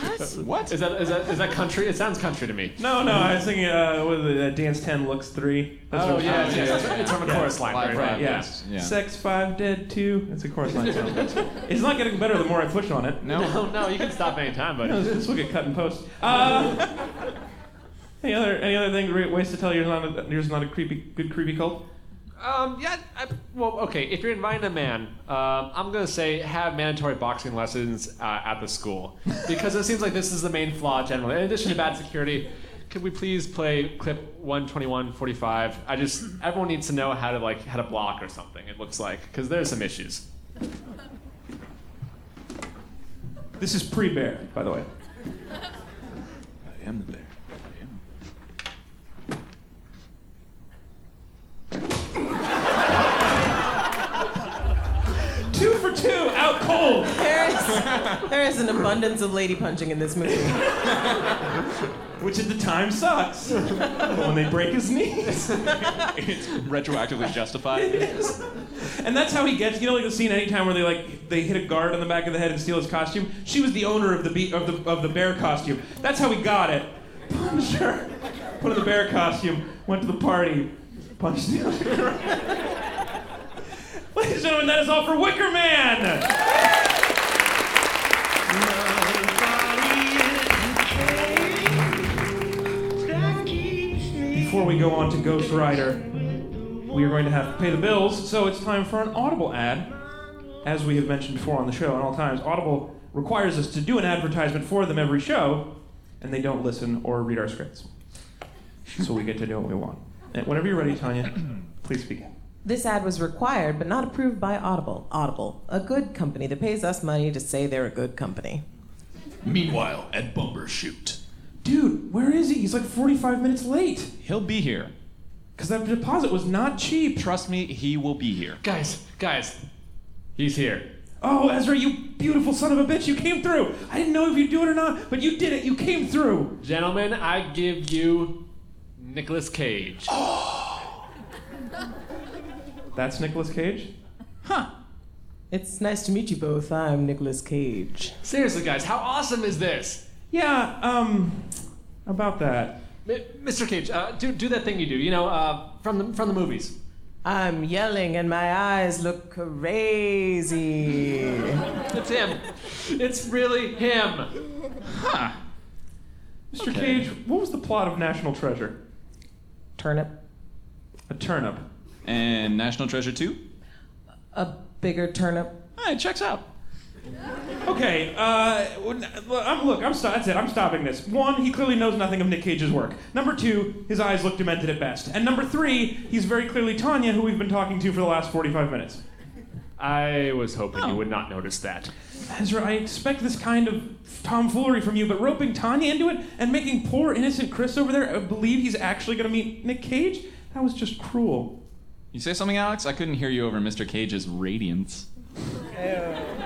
S6: What?
S5: What?
S4: Is that, is that is that country? It sounds country to me.
S9: No, no, I was thinking uh, what was it, uh, Dance 10 Looks 3. That's
S4: Oh,
S9: what-
S4: yeah, yeah, yeah, yeah.
S9: right.
S4: It's from a chorus line, right, right,
S9: Yeah.
S4: yes, yeah.
S9: Sex 5 Dead 2. It's a chorus line. song. it's not getting better the more I push on it.
S4: No, no, you can stop anytime, buddy.
S9: No, this will get cut and post. Uh, any other any other thing great ways to tell you're not a, you're not a creepy good creepy cult?
S4: Um, yeah, I, well, okay. If you're inviting a man, um, I'm gonna say have mandatory boxing lessons uh, at the school because it seems like this is the main flaw generally. In addition to bad security, could we please play clip 12145? I just everyone needs to know how to like how to block or something. It looks like because there's some issues.
S9: This is pre-bear, by the way.
S5: I am the bear.
S9: Two for two, out cold.
S6: There is, there is an abundance of lady punching in this movie.
S9: Which at the time sucks. But when they break his knees.
S5: It's retroactively justified.
S9: And that's how he gets. You know, like the scene anytime where they like they hit a guard on the back of the head and steal his costume. She was the owner of the be- of the of the bear costume. That's how he got it. Punisher put on the bear costume, went to the party, punched the other. guy. Ladies and gentlemen, that is all for Wicker Man. Before we go on to Ghost Rider, we are going to have to pay the bills, so it's time for an Audible ad. As we have mentioned before on the show at all times, Audible requires us to do an advertisement for them every show, and they don't listen or read our scripts. So we get to do what we want. And whenever you're ready, Tanya, please begin.
S6: This ad was required but not approved by Audible. Audible, a good company that pays us money to say they're a good company.
S5: Meanwhile, at Bumbershoot,
S9: Dude, where is he? He's like 45 minutes late.
S5: he'll be here.
S9: Because that deposit was not cheap.
S5: Trust me, he will be here.
S4: Guys, guys, he's here.
S9: Oh, Ezra, you beautiful son of a bitch, you came through. I didn't know if you'd do it or not, but you did it. You came through.
S4: Gentlemen, I give you Nicolas Cage.
S9: That's Nicolas Cage?
S6: It's nice to meet you both. I'm Nicolas Cage.
S4: Seriously, guys, how awesome is this?
S9: Yeah, um, about that.
S4: M- Mr. Cage, uh, do do that thing you do. You know, uh, from the from the movies.
S6: I'm yelling and my eyes look crazy.
S4: It's him. It's really him.
S9: Mr. Cage, what was the plot of National Treasure?
S6: Turnip.
S9: A turnip.
S5: And National Treasure 2?
S6: A bigger turnip.
S5: Ah, it checks out.
S9: Okay, uh, when- I'm, look, I'm st- that's it. I'm stopping this. One, he clearly knows nothing of Nick Cage's work. Number two, his eyes look demented at best. And number three, he's very clearly Tanya, who we've been talking to for the last 45 minutes.
S4: I was hoping you would not notice that.
S9: Ezra, I expect this kind of tomfoolery from you, but roping Tanya into it and making poor innocent Chris over there uh, believe he's actually going to meet Nick Cage? That was just cruel.
S5: You say something, Alex? I couldn't hear you over Mr. Cage's radiance.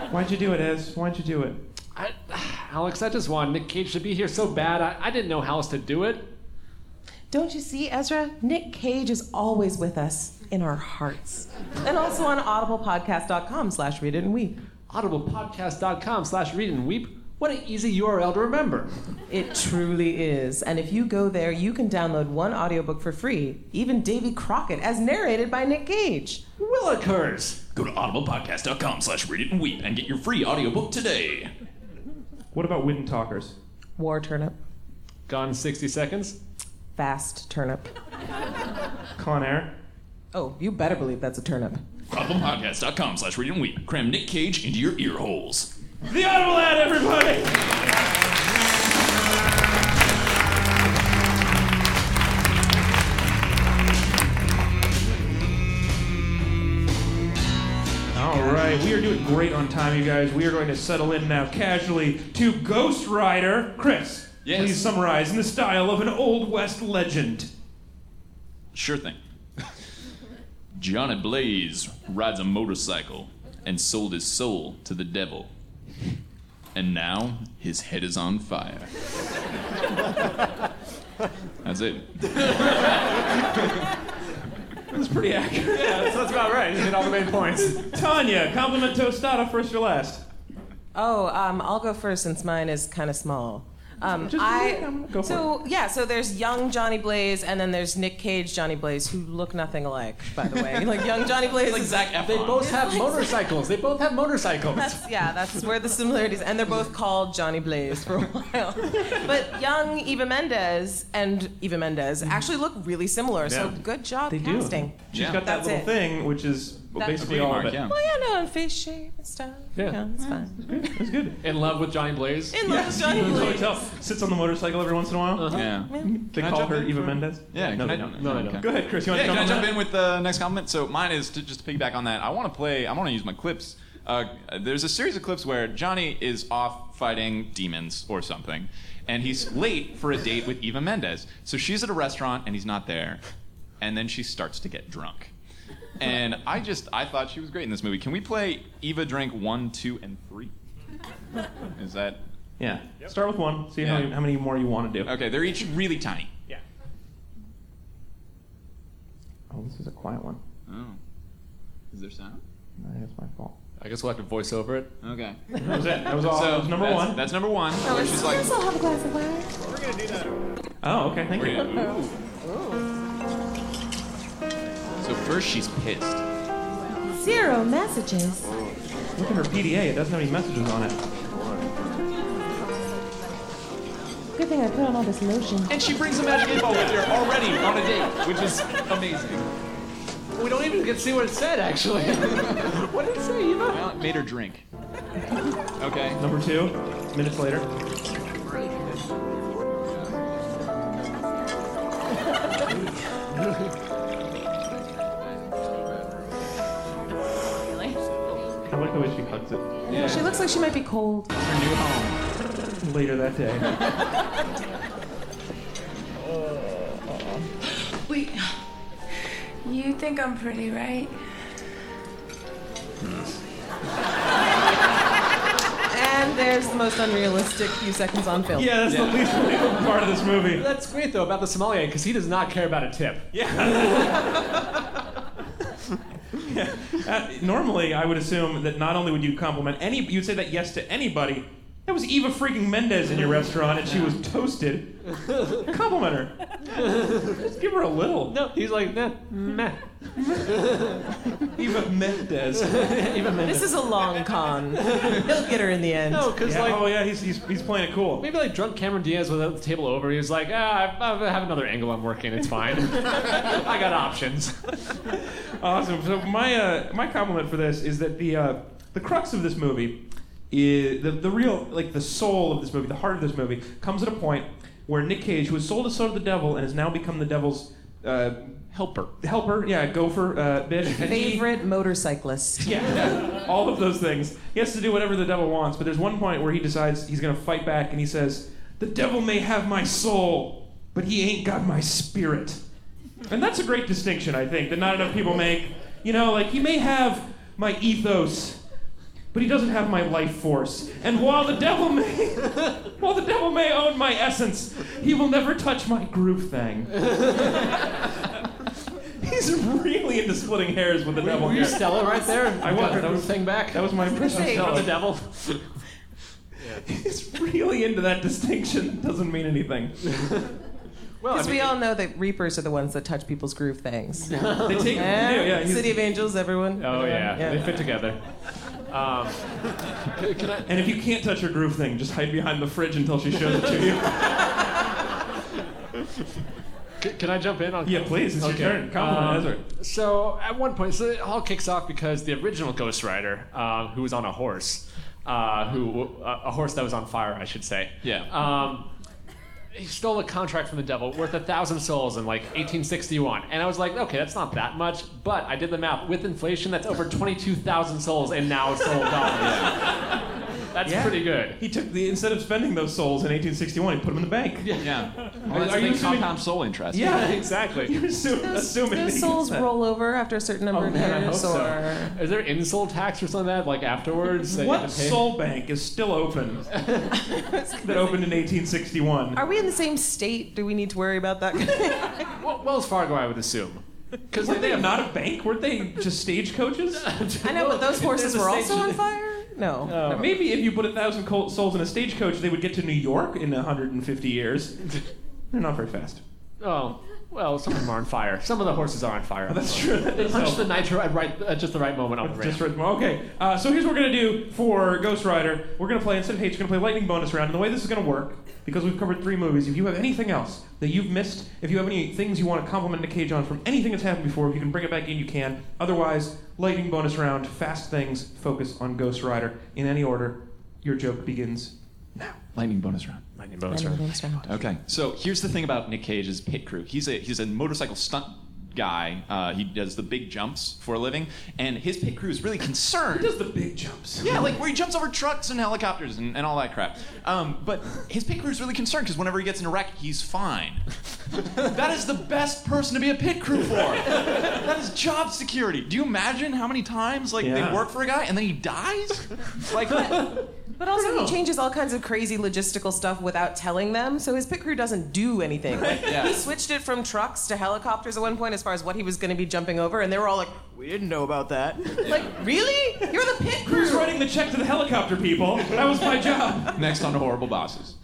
S9: Why'd you do it, Ez? Why'd you do it?
S4: I, Alex, I just want Nick Cage to be here so bad. I, I didn't know how else to do it.
S6: Don't you see, Ezra? Nick Cage is always with us in our hearts. And also on audiblepodcast.com slash read it and weep.
S4: audiblepodcast.com slash read and weep. What an easy URL to remember.
S6: It truly is. And if you go there, you can download one audiobook for free, even Davy Crockett, as narrated by Nick Cage.
S4: Willikers.
S5: Go to audiblepodcast.com slash read it and weep and get your free audiobook today.
S9: What about Wooden Talkers?
S6: War turnip,
S4: Gone 60 seconds.
S6: fast turnip.
S9: Con Air?
S6: Oh, you better believe that's a turnip.
S5: Audiblepodcast.com slash read it and weep. Cram Nick Cage into your ear holes.
S9: The Audible ad, everybody! All right, we are doing great on time, you guys. We are going to settle in now casually to Ghost Rider. Chris,
S5: Yes.
S9: please summarize in the style of an Old West legend.
S5: Sure thing. Johnny Blaze rides a motorcycle and sold his soul to the devil. And now his head is on fire. That's it.
S9: That's pretty accurate.
S4: Yeah, that's, that's about right. You hit all the main points.
S9: Tanya, compliment tostada first or last?
S6: Oh, um, I'll go first since mine is kind of small. Um,
S14: Just-
S6: I,
S14: yeah, go for
S6: so yeah, so there's young Johnny Blaze and then there's Nick Cage Johnny Blaze who look nothing alike, by the way. Like young Johnny Blaze,
S4: Like
S6: is-
S4: Zac Efron. They both have motorcycles. They both have motorcycles.
S6: That's, yeah, that's where the similarities. And they're both called Johnny Blaze for a while. But young Eva Mendes and Eva Mendes actually look really similar. So
S9: Mm-hmm. Yeah.
S6: good job
S9: They do.
S6: casting.
S9: She's got that
S6: That's
S9: little
S6: it.
S9: thing, which is
S6: That's-
S9: basically
S6: A
S9: all
S6: beauty
S9: of
S6: mark,
S9: it.
S6: Well, yeah, no, and face shape and stuff.
S9: Yeah. Mm-hmm.
S6: no, it's fine.
S4: In love with Johnny Blaze.
S6: In love with Johnny
S9: Really
S6: Blaze.
S9: tough. Sits on the motorcycle every once in a while.
S5: Yeah.
S9: They
S5: Uh, Can I
S9: call
S5: jump
S9: her
S5: in
S9: Eva
S5: for-
S9: Mendes.
S5: Yeah,
S9: no,
S5: can I
S9: they
S5: jump-
S9: don't.
S5: no, they
S9: Okay.
S5: don't.
S9: Go ahead, Chris. You want
S5: yeah, can
S9: to jump
S5: I
S9: in?
S5: jump in with the next comment? So mine is to just piggyback on that. I want to play. I want to use my clips. Uh, there's a series of clips where Johnny is off fighting demons or something, and he's late for a date with Eva Mendes. So she's at a restaurant and he's not there, and then she starts to get drunk. And I just I thought she was great in this movie. Can we play Eva drink one, two, and three? Is that
S9: Yeah. Start with one. See how,
S5: Yeah.
S9: how many more you want to do.
S5: okay? They're each really tiny.
S9: Oh, this is a quiet one.
S5: Oh, is there sound?
S9: I think it's my fault.
S4: I guess we'll have to voice over it.
S5: Okay.
S9: That was it. That was all.
S5: So
S9: that was number
S5: that's-
S9: one.
S5: That's number one.
S6: Oh,
S5: She's like,
S6: I'll have a glass of wine.
S15: We're gonna do that.
S9: oh, okay. Thank
S5: We're
S9: you.
S5: gonna- ooh. So first she's pissed.
S6: Zero messages.
S9: Look at her PDA. It doesn't have any messages on it.
S6: Good thing I put on all this lotion.
S5: And she brings a magic eight ball with her already on a date, which is amazing.
S4: We don't even get to see what it said, actually. what did it say, Eva?
S5: Well, it made her drink. Okay.
S9: Number two. Minutes later. I like the way she hugs it.
S6: She looks like she might be cold.
S5: Her new home.
S9: Later that day.
S10: Wait. You think I'm pretty, right?
S6: And there's the most unrealistic few seconds on film.
S9: Yeah, that's the least believable part of this movie.
S4: That's great though about the sommelier because he does not care about a tip.
S9: Uh, normally, I would assume that not only would you compliment any, you'd say that yes to anybody. That was Eva freaking Mendez in your restaurant, and she was toasted. Compliment her. Just give her a little.
S4: No, he's like nah, meh.
S9: Eva Mendez.
S4: Eva
S6: This
S4: Mendes.
S6: is a long con. He'll get her in the end.
S4: No, because
S9: Yeah,
S4: like
S9: oh yeah, he's, he's he's playing it cool.
S4: maybe like drunk Cameron Diaz with the table over. He was like, ah, I, I have another angle I'm working. It's fine. I got options.
S9: Awesome. So my uh, my compliment for this is that the uh, the crux of this movie is the the real like the soul of this movie, the heart of this movie comes at a point where Nick Cage, who was sold as son of the devil and has now become the devil's uh, helper, helper, yeah, gopher, uh, bitch, and he-
S6: Favorite motorcyclist.
S9: yeah, all of those things. He has to do whatever the devil wants, but there's one point where he decides he's going to fight back and he says, The devil may have my soul, but he ain't got my spirit. And that's a great distinction, I think, that not enough people make. You know, like, he may have my ethos, but he doesn't have my life force. And while the devil may, while the devil may own my essence, he will never touch my groove thing. He's really into splitting hairs with the devil.
S4: Were you
S9: here.
S4: Stella right there?
S9: I was.
S4: Got her
S9: That was-
S4: thing back.
S9: That was my impression. of
S6: Hey.
S9: Stella.
S4: the devil.
S9: He's really into that distinction. Doesn't mean anything.
S4: Well, I
S6: Because we
S4: mean,
S6: all know that Reapers are the ones that touch people's groove things.
S9: They take.
S6: Eh?
S9: yeah, yeah, he's-
S6: City of Angels, everyone.
S4: Oh yeah,
S6: Yeah.
S4: they fit together. Um, can, can I?
S9: and if you can't touch her groove thing, just hide behind the fridge until she shows it to you.
S4: Can, can I jump in on?
S9: Yeah, please. It's
S4: Okay.
S9: your turn. Compliment
S4: Um,
S9: Uh, Ezra.
S4: So at one point, so it all kicks off because the original Ghost Rider, uh, who was on a horse, uh, who uh, a horse that was on fire, I should say.
S5: Yeah.
S4: Um, he stole a contract from the devil worth a thousand souls in like 1861, and I was like, okay, that's not that much. But I did the math with inflation, that's over 22,000 souls in now sold dollars. That's
S9: Yeah.
S4: pretty good.
S9: He took the instead of spending those souls in 1861, he put them in the bank. Yeah,
S5: Yeah. Well, that's
S9: Are
S5: the thing,
S9: you assuming-
S5: compound soul interest.
S4: exactly.
S9: assuming, assuming that
S6: Those
S9: he
S6: souls
S9: gets that.
S6: roll over after a certain number
S9: Oh,
S6: of
S9: man, I
S6: years,
S9: hope
S6: or
S9: so.
S4: Is there insult tax or something like that like afterwards? that you
S9: What
S4: have to pay?
S9: soul bank is still open that opened in 1861?
S6: are we in the same state? Do we need to worry about that?
S4: Well, Wells Fargo, I would assume. Because
S9: Were they not a bank? Weren't they just stagecoaches?
S6: I know, but those horses
S4: a
S6: were
S4: state-
S6: also on fire. No.
S9: Uh, maybe if you put a thousand col- souls in a stagecoach, they would get to New York in 150 years. They're not very fast.
S4: Oh, well, some of them are on fire. Some of the horses are on fire.
S9: That's true. That
S4: They
S9: is
S4: punch
S9: so.
S4: the nitro at, right, at just the right moment on the ramp.
S9: Just for, well, okay, uh, so here's what we're gonna do for Ghost Rider. We're gonna play instead of hate, we're gonna play lightning bonus round. And the way this is gonna work, because we've covered three movies, if you have anything else that you've missed, if you have any things you want to compliment Nick Cage on from anything that's happened before, if you can bring it back in, you can. Otherwise, lightning bonus round, fast things, focus on Ghost Rider in any order. Your joke begins.
S5: Lightning bonus round.
S4: Lightning
S5: bonus round. Okay, so here's the thing about Nick Cage's pit crew. He's a he's a motorcycle stunt guy. Uh, he does the big jumps for a living, and his pit crew is really concerned.
S9: He does the big jumps.
S5: Yeah, like where he jumps over trucks and helicopters and, and all that crap. Um, but his pit crew is really concerned because whenever he gets in a wreck, he's fine. that is the best person to be a pit crew for. that is job security. Do you imagine how many times like
S6: Yeah.
S5: they work for a guy and then he dies? Like
S6: But also, he changes all kinds of crazy logistical stuff without telling them, so his pit crew doesn't do anything. Like,
S5: Yeah.
S6: He switched it from trucks to helicopters at one point as far as what he was going to be jumping over, and they were all like, We didn't know about that. Like, really? You're the pit crew.
S9: Who's writing the check to the helicopter people? That was my job.
S5: next on to horrible bosses.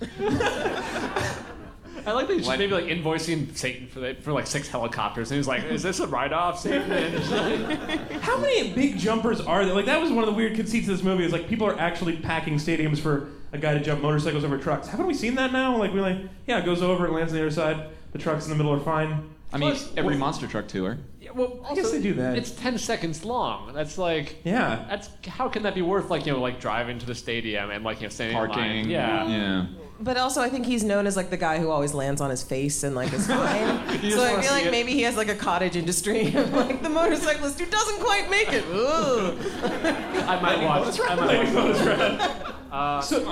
S4: I like that he's just maybe like invoicing Satan for, the, for like six helicopters, and he's like, "Is this a write-off, Satan?" And it's like-
S9: How many big jumpers are there? Like that was one of the weird conceits of this movie. Is like people are actually packing stadiums for a guy to jump motorcycles over trucks. Haven't we seen that now? Like we like yeah, it goes over, it lands on the other side. The trucks in the middle are fine.
S5: I mean, every monster truck tour.
S4: Yeah, well,
S9: I guess
S4: also,
S9: they do that.
S4: It's ten seconds long. That's like
S9: Yeah.
S4: That's how can that be worth like you know like driving to the stadium and like you know standing in line?
S5: Parking.
S4: Yeah.
S5: Yeah.
S6: But also, I think he's known as like the guy who always lands on his face and like is fine.
S4: You just
S6: so I
S4: wanna
S6: feel
S4: see
S6: like
S4: it.
S6: maybe he has like a cottage industry, of, like the motorcyclist who doesn't quite make it. Ooh.
S4: I might watch. I might watch. Uh,
S9: so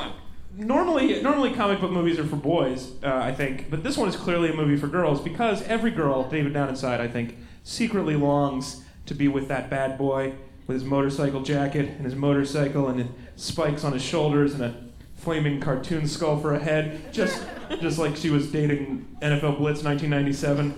S9: normally, normally comic book movies are for boys, uh, I think, but this one is clearly a movie for girls because every girl, David down inside, I think, secretly longs to be with that bad boy with his motorcycle jacket and his motorcycle and spikes on his shoulders and a flaming cartoon skull for a head, just just like she was dating NFL Blitz 1997.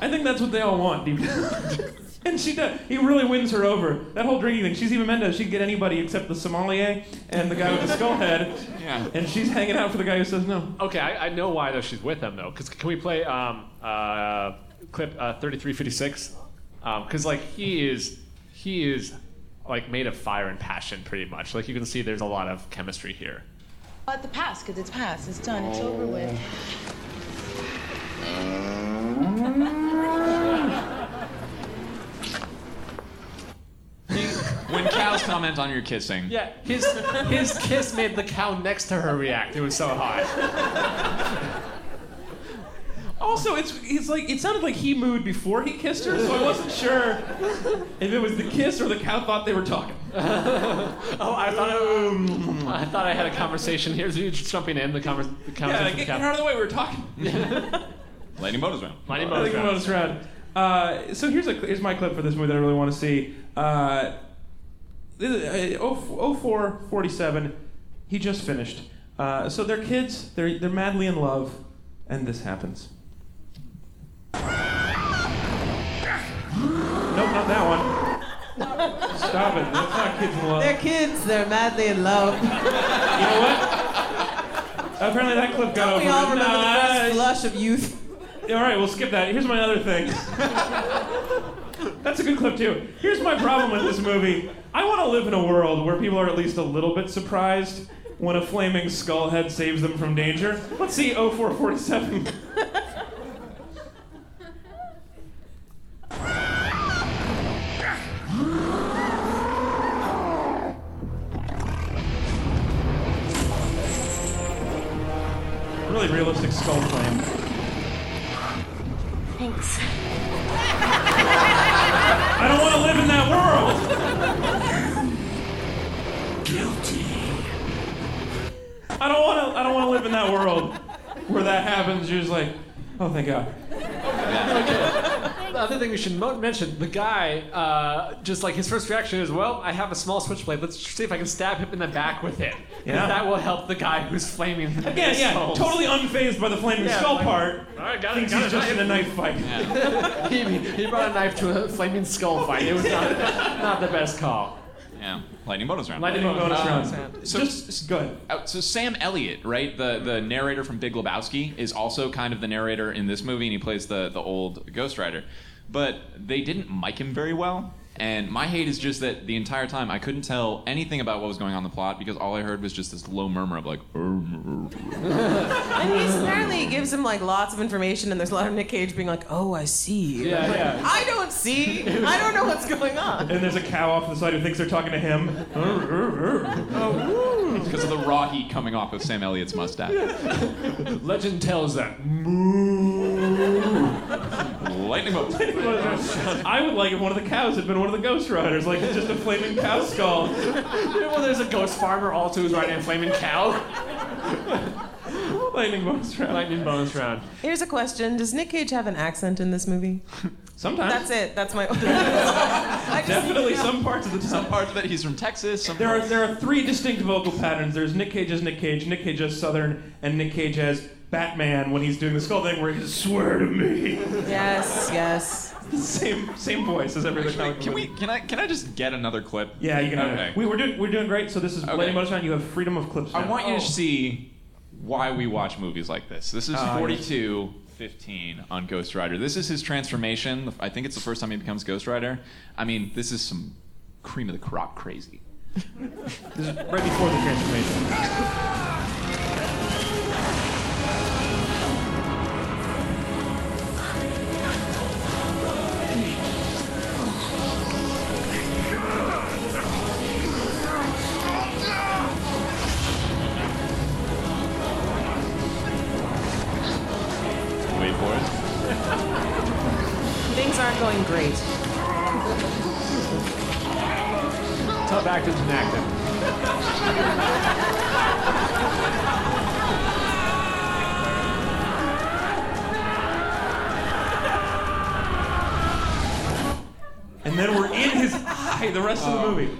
S9: I think that's what they all want deep down. And she does. He really wins her over. That whole drinking thing. She's even Mendez. She'd get anybody except the sommelier and the guy with the skull head.
S5: Yeah.
S9: And she's hanging out for the guy who says no.
S4: Okay, I, I know why though she's with him though. Cause can we play um, uh, clip uh, thirty three fifty six? Because like he is, he is like made of fire and passion pretty much. Like you can see, there's a lot of chemistry here.
S16: Let the past, because it's past. It's done. It's
S9: Oh.
S16: over with.
S5: When cows comment on your kissing.
S4: Yeah, his his kiss made the cow next to her react. It was so hot.
S9: Also, it's it's like it sounded like he mooed before he kissed her, so I wasn't sure if it was the kiss or the cow thought they were talking.
S4: Oh, I thought I, I thought I had a conversation here. So you're just jumping in the, convers- the
S9: Yeah,
S4: conversation.
S9: like, get, get out of the way. We were talking.
S5: Lightning bonus round.
S4: Lightning
S9: I
S4: bonus
S9: think
S4: round.
S9: bonus round. Uh, so here's a here's my clip for this movie that I really want to see. Uh, this is, uh, 0447, he just finished. Uh, so they're kids, they're, they're madly in love, and this happens. Nope, not that one. Stop it. That's not kids in love.
S6: They're kids. They're madly in love.
S9: You know what? Apparently that clip got over.
S6: We all remember
S9: Nah,
S6: the first flush of youth.
S9: all right, we'll skip that. Here's my other thing. That's a good clip too. Here's my problem with this movie. I want to live in a world where people are at least a little bit surprised when a flaming skull head saves them from danger. Let's see 0447. Really realistic skull flame.
S7: Thanks.
S9: I don't want to live in that world. Guilty. I don't want to. I don't want to live in that world where that happens. You're just like, oh, thank God.
S4: The other thing we should mo- mention: the guy, uh, just like his first reaction is, "Well, I have a small switchblade. Let's see if I can stab him in the back with it. 'Cause
S9: Yeah.
S4: That will help the guy who's flaming."
S9: Yeah, yeah. Totally unfazed by the flaming
S4: Yeah,
S9: skull
S4: like-
S9: part.
S4: All right, got it.
S9: Thinks
S4: Got
S9: he's
S4: it.
S9: just in a knife fight.
S4: he, he brought a knife to a flaming skull fight. It was not, not the best call. Um,
S5: Yeah, lightning bonus round.
S9: Lightning bonus round.
S5: So,
S9: Just go ahead.
S5: uh, so Sam Elliott, right, the the narrator from Big Lebowski, is also kind of the narrator in this movie, and he plays the the old Ghost Rider. But they didn't mic him very well, and my hate is just that the entire time I couldn't tell anything about what was going on in the plot because all I heard was just this low murmur of like.
S6: And he's apparently he gives him like lots of information, and there's a lot of Nick Cage being like, "Oh, I see."
S9: Yeah,
S6: Like,
S9: yeah.
S6: I don't see. I don't know what's going on.
S9: And there's a cow off to the side who thinks they're talking to him.
S5: Because of the raw heat coming off of Sam Elliott's mustache.
S4: Legend tells that.
S5: Lightning bolt.
S9: I would like if one of the cows had been one of the Ghost Riders, like just a flaming cow skull.
S4: well, there's a ghost farmer all to his right and flaming cow.
S9: Lightning bonus round.
S4: Lightning bonus round.
S6: Here's a question: Does Nick Cage have an accent in this movie?
S9: Sometimes.
S6: That's it. That's my.
S9: Definitely some parts of the
S5: Some parts of it, he's from Texas. Some
S9: There are
S5: parts-
S9: there are three distinct vocal patterns. There's Nick Cage as Nick Cage, Nick Cage as Southern, and Nick Cage as Batman when he's doing the skull thing where he just swear to me.
S6: yes, yes.
S9: same same voice as every other comic
S5: Can we?
S9: movie.
S5: Can I? Can I just get another clip?
S9: Yeah, you can. have
S5: Okay.
S9: it. We, we're doing we're doing great. So this is Lady Motion. You have freedom of clips.
S5: I
S9: now.
S5: want you to see why we watch movies like this. This is
S9: Ah, yes.
S5: 42 15 on Ghost Rider. This is his transformation. I think it's the first time he becomes Ghost Rider. I mean, this is some cream of the crop crazy.
S9: This is right before the transformation.
S5: Wait for it.
S6: Things aren't going great.
S4: Tough actors and acting.
S9: And then we're in his eye the rest of the movie.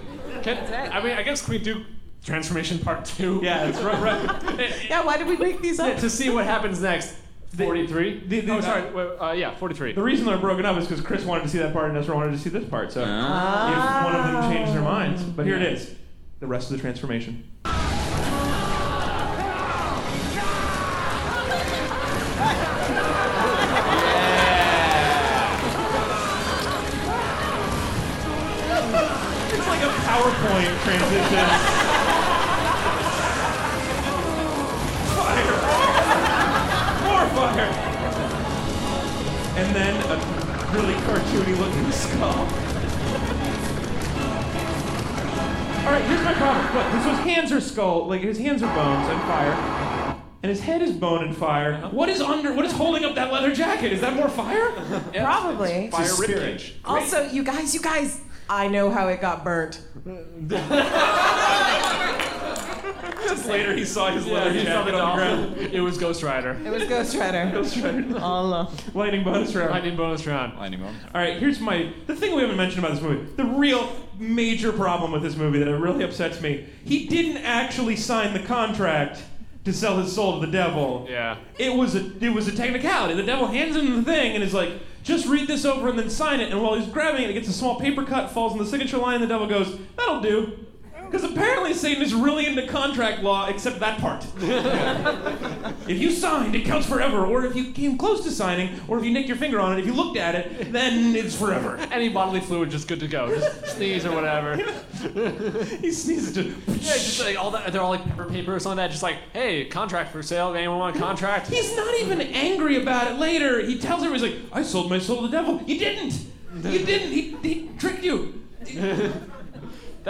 S4: Can, I mean, I guess can we do transformation part two?
S9: Yeah, it's right. right.
S6: Yeah. Why did we make these up?
S4: to see what happens next. 43?
S9: the- the-
S4: oh, sorry. wait, Uh, yeah, 43.
S9: The reason they're broken up is because Chris wanted to see that part and Ezra wanted to see this part. So if one of them changed their minds, but here it is, the rest of the transformation. It's like a PowerPoint transition. More fire. And then a really cartoony looking skull. Alright, here's my problem. Look, so his hands are skull, like his hands are bones and fire. And his head is bone and fire. What is under what is holding up that leather jacket? Is that more fire?
S6: Probably.
S5: Fire ribcage.
S6: Also, you guys, you guys. I know how it got burnt.
S9: Just later he saw his
S4: Yeah,
S9: leather
S4: he saw
S9: jacket
S4: the doll.
S9: on the ground.
S4: It was Ghost Rider.
S6: It was Ghost Rider.
S9: Ghost Rider.
S6: All along.
S9: Lightning bonus round.
S4: Lightning bonus round.
S5: Lightning bolt.
S9: All right, here's my the thing we haven't mentioned about this movie. The real major problem with this movie that really upsets me. He didn't actually sign the contract to sell his soul to the devil.
S4: Yeah.
S9: It was a it was a technicality. The devil hands him the thing and is like, "Just read this over and then sign it." And while he's grabbing it, it gets a small paper cut, falls on the signature line. The devil goes, "That'll do." Because apparently Satan is really into contract law, except that part. If you signed, it counts forever. Or if you came close to signing, or if you nicked your finger on it, if you looked at it, then it's forever.
S4: Any bodily fluid, just good to go. Just sneeze or whatever. yeah,
S9: He sneezes just.
S4: just like all that. They're all like paper, paper or something like that. Just like, hey, contract for sale. Anyone want a contract?
S9: He's not even angry about it later. He tells her, he's like, I sold my soul to the devil. You didn't. You didn't. He, he tricked you.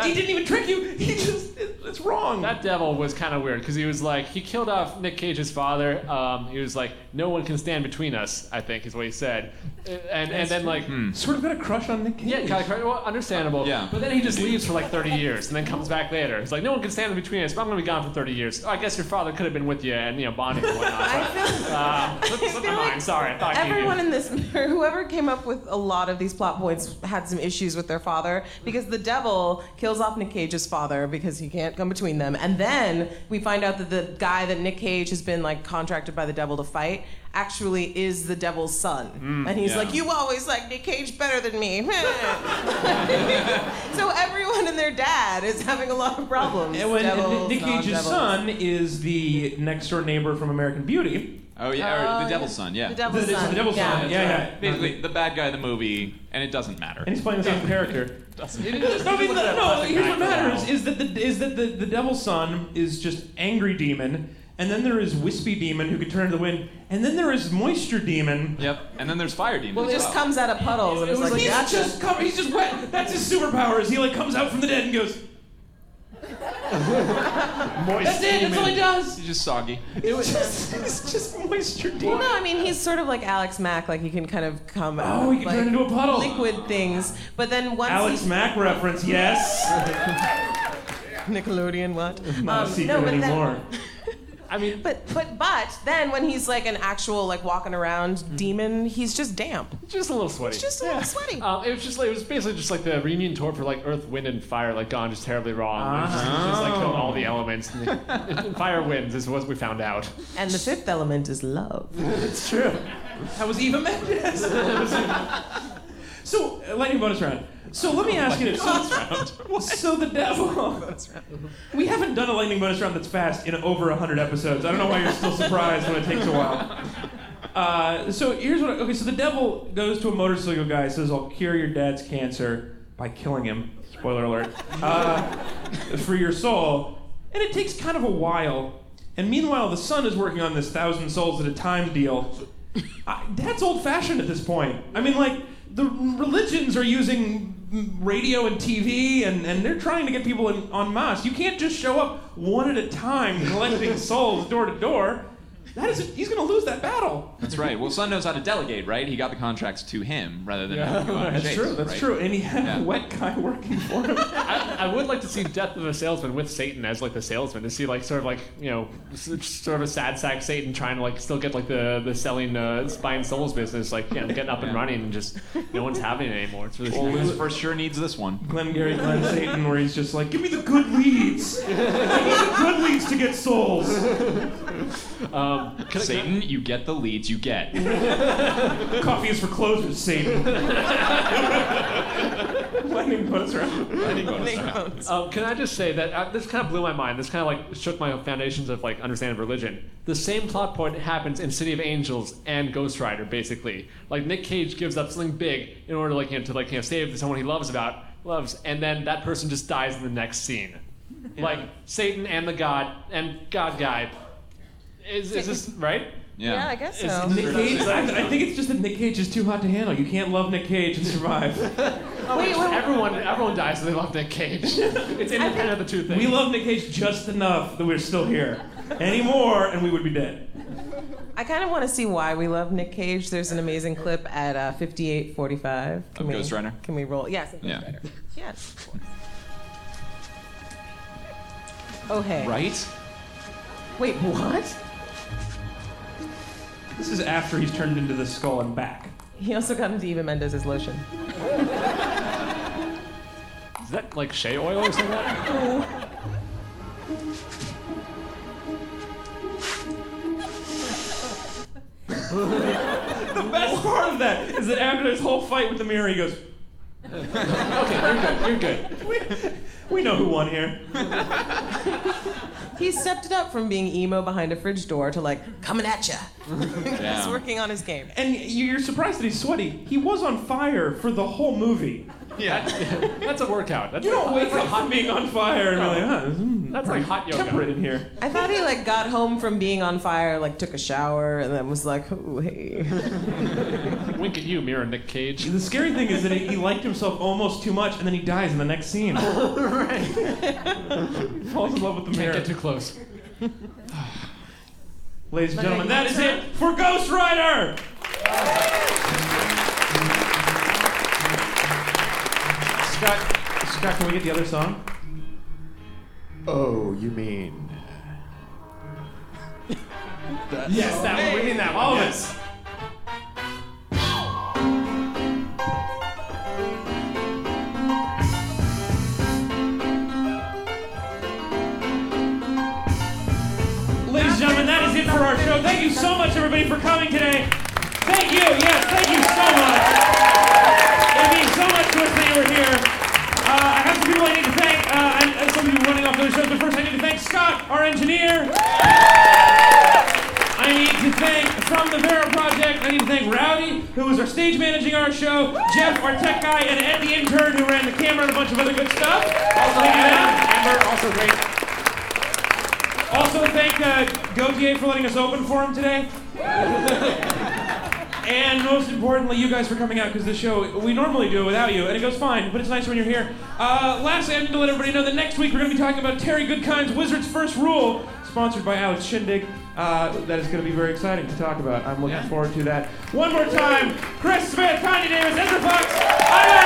S9: he didn't even trick you. He just. It, it's wrong.
S4: That devil was kind of weird because he was like, he killed off Nick Cage's father. Um, he was like, no one can stand between us, I think is what he said. Uh, And, and then, like,
S9: sort of got a crush on Nick Cage.
S4: yeah, kind of, well, understandable.
S5: Yeah.
S4: But then he just leaves for like 30 years and then comes back later. It's like, no one can stand between us, but I'm going to be gone for 30 years. I guess your father could have been with you and, you know, bonding and
S6: I
S4: whatnot.
S6: feel.
S4: But, uh, slipped- slipped my
S6: feel like
S4: mind. Sorry. I thought
S6: Everyone
S4: you
S6: in this, or whoever came up with a lot of these plot points, had some issues with their father because the devil kills off Nick Cage's father because he can't come between them. And then we find out that the guy that Nick Cage has been like contracted by the devil to fight actually is the devil's son. and he's
S5: yeah.
S6: like, You always like Nick Cage better than me. so everyone in their dad is having a lot of problems.
S9: And when
S6: Devils,
S9: Nick Cage's
S6: non-devils.
S9: son is the next door neighbor from American Beauty.
S5: Oh yeah, or
S6: Oh,
S5: the
S6: yeah.
S5: Devil's Son, yeah.
S6: The Devil's
S9: The- the- Son, the Devil's yeah. Son,
S5: That's
S9: yeah,
S5: right.
S9: yeah.
S5: Basically, the bad guy of the movie, and it doesn't matter.
S9: And he's playing the same character.
S5: Doesn't
S9: No,
S5: matter.
S9: I mean,
S5: Look at that
S9: no,
S5: plastic
S9: here's what
S5: knife
S9: matters
S5: around.
S9: is that the is that the, the devil's son is just angry demon, and then there is wispy demon who can turn into the wind, and then there is moisture demon.
S5: Yep, and then there's fire demon.
S6: Well, it
S5: as
S6: just
S5: well.
S6: comes out of puddles and it's like,
S9: he's
S6: gotcha.
S9: just cover, he's just wet. That's his superpower. Is he like comes out from the dead and goes? That's it. That's all he does.
S5: He's just soggy.
S9: It was just, it's just moisture
S6: Well,
S9: demon.
S6: no, I mean he's sort of like Alex Mack, like he can kind of come out.
S9: Oh, he can
S6: like,
S9: turn into a puddle.
S6: Liquid things, but then once
S9: Alex
S6: he,
S9: Mack reference. Yes.
S6: Nickelodeon, what?
S9: Not a
S6: Um,
S9: secret
S6: no, but then-
S9: anymore.
S4: I mean,
S6: But but but then when he's like an actual like walking around
S9: Mm.
S6: demon, he's just damp.
S4: just a little sweaty.
S6: He's just a little sweaty.
S4: Um, it was just like, it was basically just like the reunion tour for like Earth, Wind, and Fire, like gone just terribly wrong. It was just, it was just, like killed all the elements. And, and fire wins is what we found out.
S6: And the fifth element is love.
S9: It's true. That was Eva Mendes. so, uh, lightning bonus round. So let me ask you this. So, so the devil. We haven't done a lightning bonus round that's fast in over hundred episodes. I don't know why you're still surprised when it takes a while. Uh, so here's what. Okay, so the devil goes to a motorcycle guy and says, "I'll cure your dad's cancer by killing him." Spoiler alert. Uh, for your soul, and it takes kind of a while. And meanwhile, the son is working on this thousand souls at a time deal. I, that's old fashioned at this point. I mean, like, the religions are using mm, radio and TV, and, and they're trying to get people in, en masse. You can't just show up one at a time collecting souls door to door. That is, he's going to lose that battle.
S5: That's right. Well, Son knows how to delegate, right? He got the contracts to him rather than having to go out and
S9: that's
S5: chase,
S9: true. That's
S5: right?
S9: true. And he had
S5: Yeah.
S9: a wet guy working for him.
S4: I, I would like to see Death of a Salesman with Satan as like the salesman to see like sort of like you know s- sort of sad sack Satan trying to like still get like the the selling uh, spine souls business like yeah getting up and running and just no one's having it anymore. It's really
S5: Well,
S4: sad.
S5: Lucifer sure needs this one.
S9: Glenn Gary, Glenn Satan, where he's just like, give me the good leads. Give me the good leads to get souls.
S4: Um, can I-
S5: Satan, you get the leads you get.
S9: Coffee is for closers, Satan. Lightning bonus round.
S4: Um, can I just say that uh, this kind of blew my mind. This kind of like shook my foundations of like understanding of religion. The same plot point happens in City of Angels and Ghost Rider, basically. Like Nick Cage gives up something big in order like you know, to like you know, save someone he loves about loves, and then that person just dies in the next scene. Like Satan and the God and God guy. Is, is this right?
S5: Yeah.
S6: Yeah, I guess so.
S9: Nick Cage, I, I think it's just that Nick Cage is too hot to handle. You can't love Nick Cage and survive.
S6: Oh, wait, wait, wait.
S4: Everyone, everyone dies if they love Nick Cage. It's independent of the two things.
S9: We love Nick Cage just enough that we're still here. Any more, and we would be dead.
S6: I kind of want to see why we love Nick Cage. There's an amazing clip at uh, 58:45. Can
S5: Of
S6: we-
S5: Ghost Rider?
S6: Can we roll? Yes. of Ghost
S5: Yeah.
S6: Rider. Yes. of course. Oh hey.
S5: Right?
S6: Wait, what?
S9: This is after he's turned into the skull and back.
S6: He also got into Eva Mendez's lotion.
S4: Is that like shea oil or something?
S9: The best part of that is that after this whole fight with the mirror, he goes,
S4: okay, you're good. You're good.
S9: we, we know who won here.
S6: He stepped it up from being emo behind a fridge door to like coming at ya. He's
S5: Yeah.
S6: working on his game.
S9: And you're surprised that he's sweaty. He was on fire for the whole movie.
S5: Yeah.
S4: That's a workout. That's
S9: You don't wake
S4: that's
S9: up from being on fire and be like, huh, this is
S4: That's like hot yoga.
S9: temperate in here.
S6: I thought he like got home from being on fire, like took a shower, and then was like, "Ooh, hey."
S4: Wink at you, mirror Nick Cage.
S9: The scary thing is that he, he liked himself almost too much, and then he dies in the next scene. right. he falls in love with the
S4: Can't
S9: mirror.
S4: get too close.
S9: Ladies and gentlemen, that is it for Ghost Rider. Scott, Scott, can we get the other song?
S17: Oh, you mean. uh,
S9: Yes, that one. We need that. one. All of us. Ladies and gentlemen, that is it for our show. Thank you so much, everybody, for coming today. Thank you. Yes, thank you so much. It means so much to us that you were here. Uh, I have some people I need to thank. Scott, our engineer. I need to thank from the Vera Project. I need to thank Rowdy, who was our stage managing our show, Jeff, our tech guy, and Ed, the intern, who ran the camera and a bunch of other good stuff. Also, thank you, Adam. Amber, also great. Also, thank uh, Gautier for letting us open for him today. And most importantly, you guys for coming out because this show, we normally do it without you, and it goes fine, but it's nice when you're here. Uh, lastly, I need to let everybody know that next week we're going to be talking about Terry Goodkind's Wizard's First Rule, sponsored by Alex Shindig. Uh, that is going to be very exciting to talk about. I'm looking forward to that. One more time, Chris Smith, Connie Davis, Ezra Fox, Ivan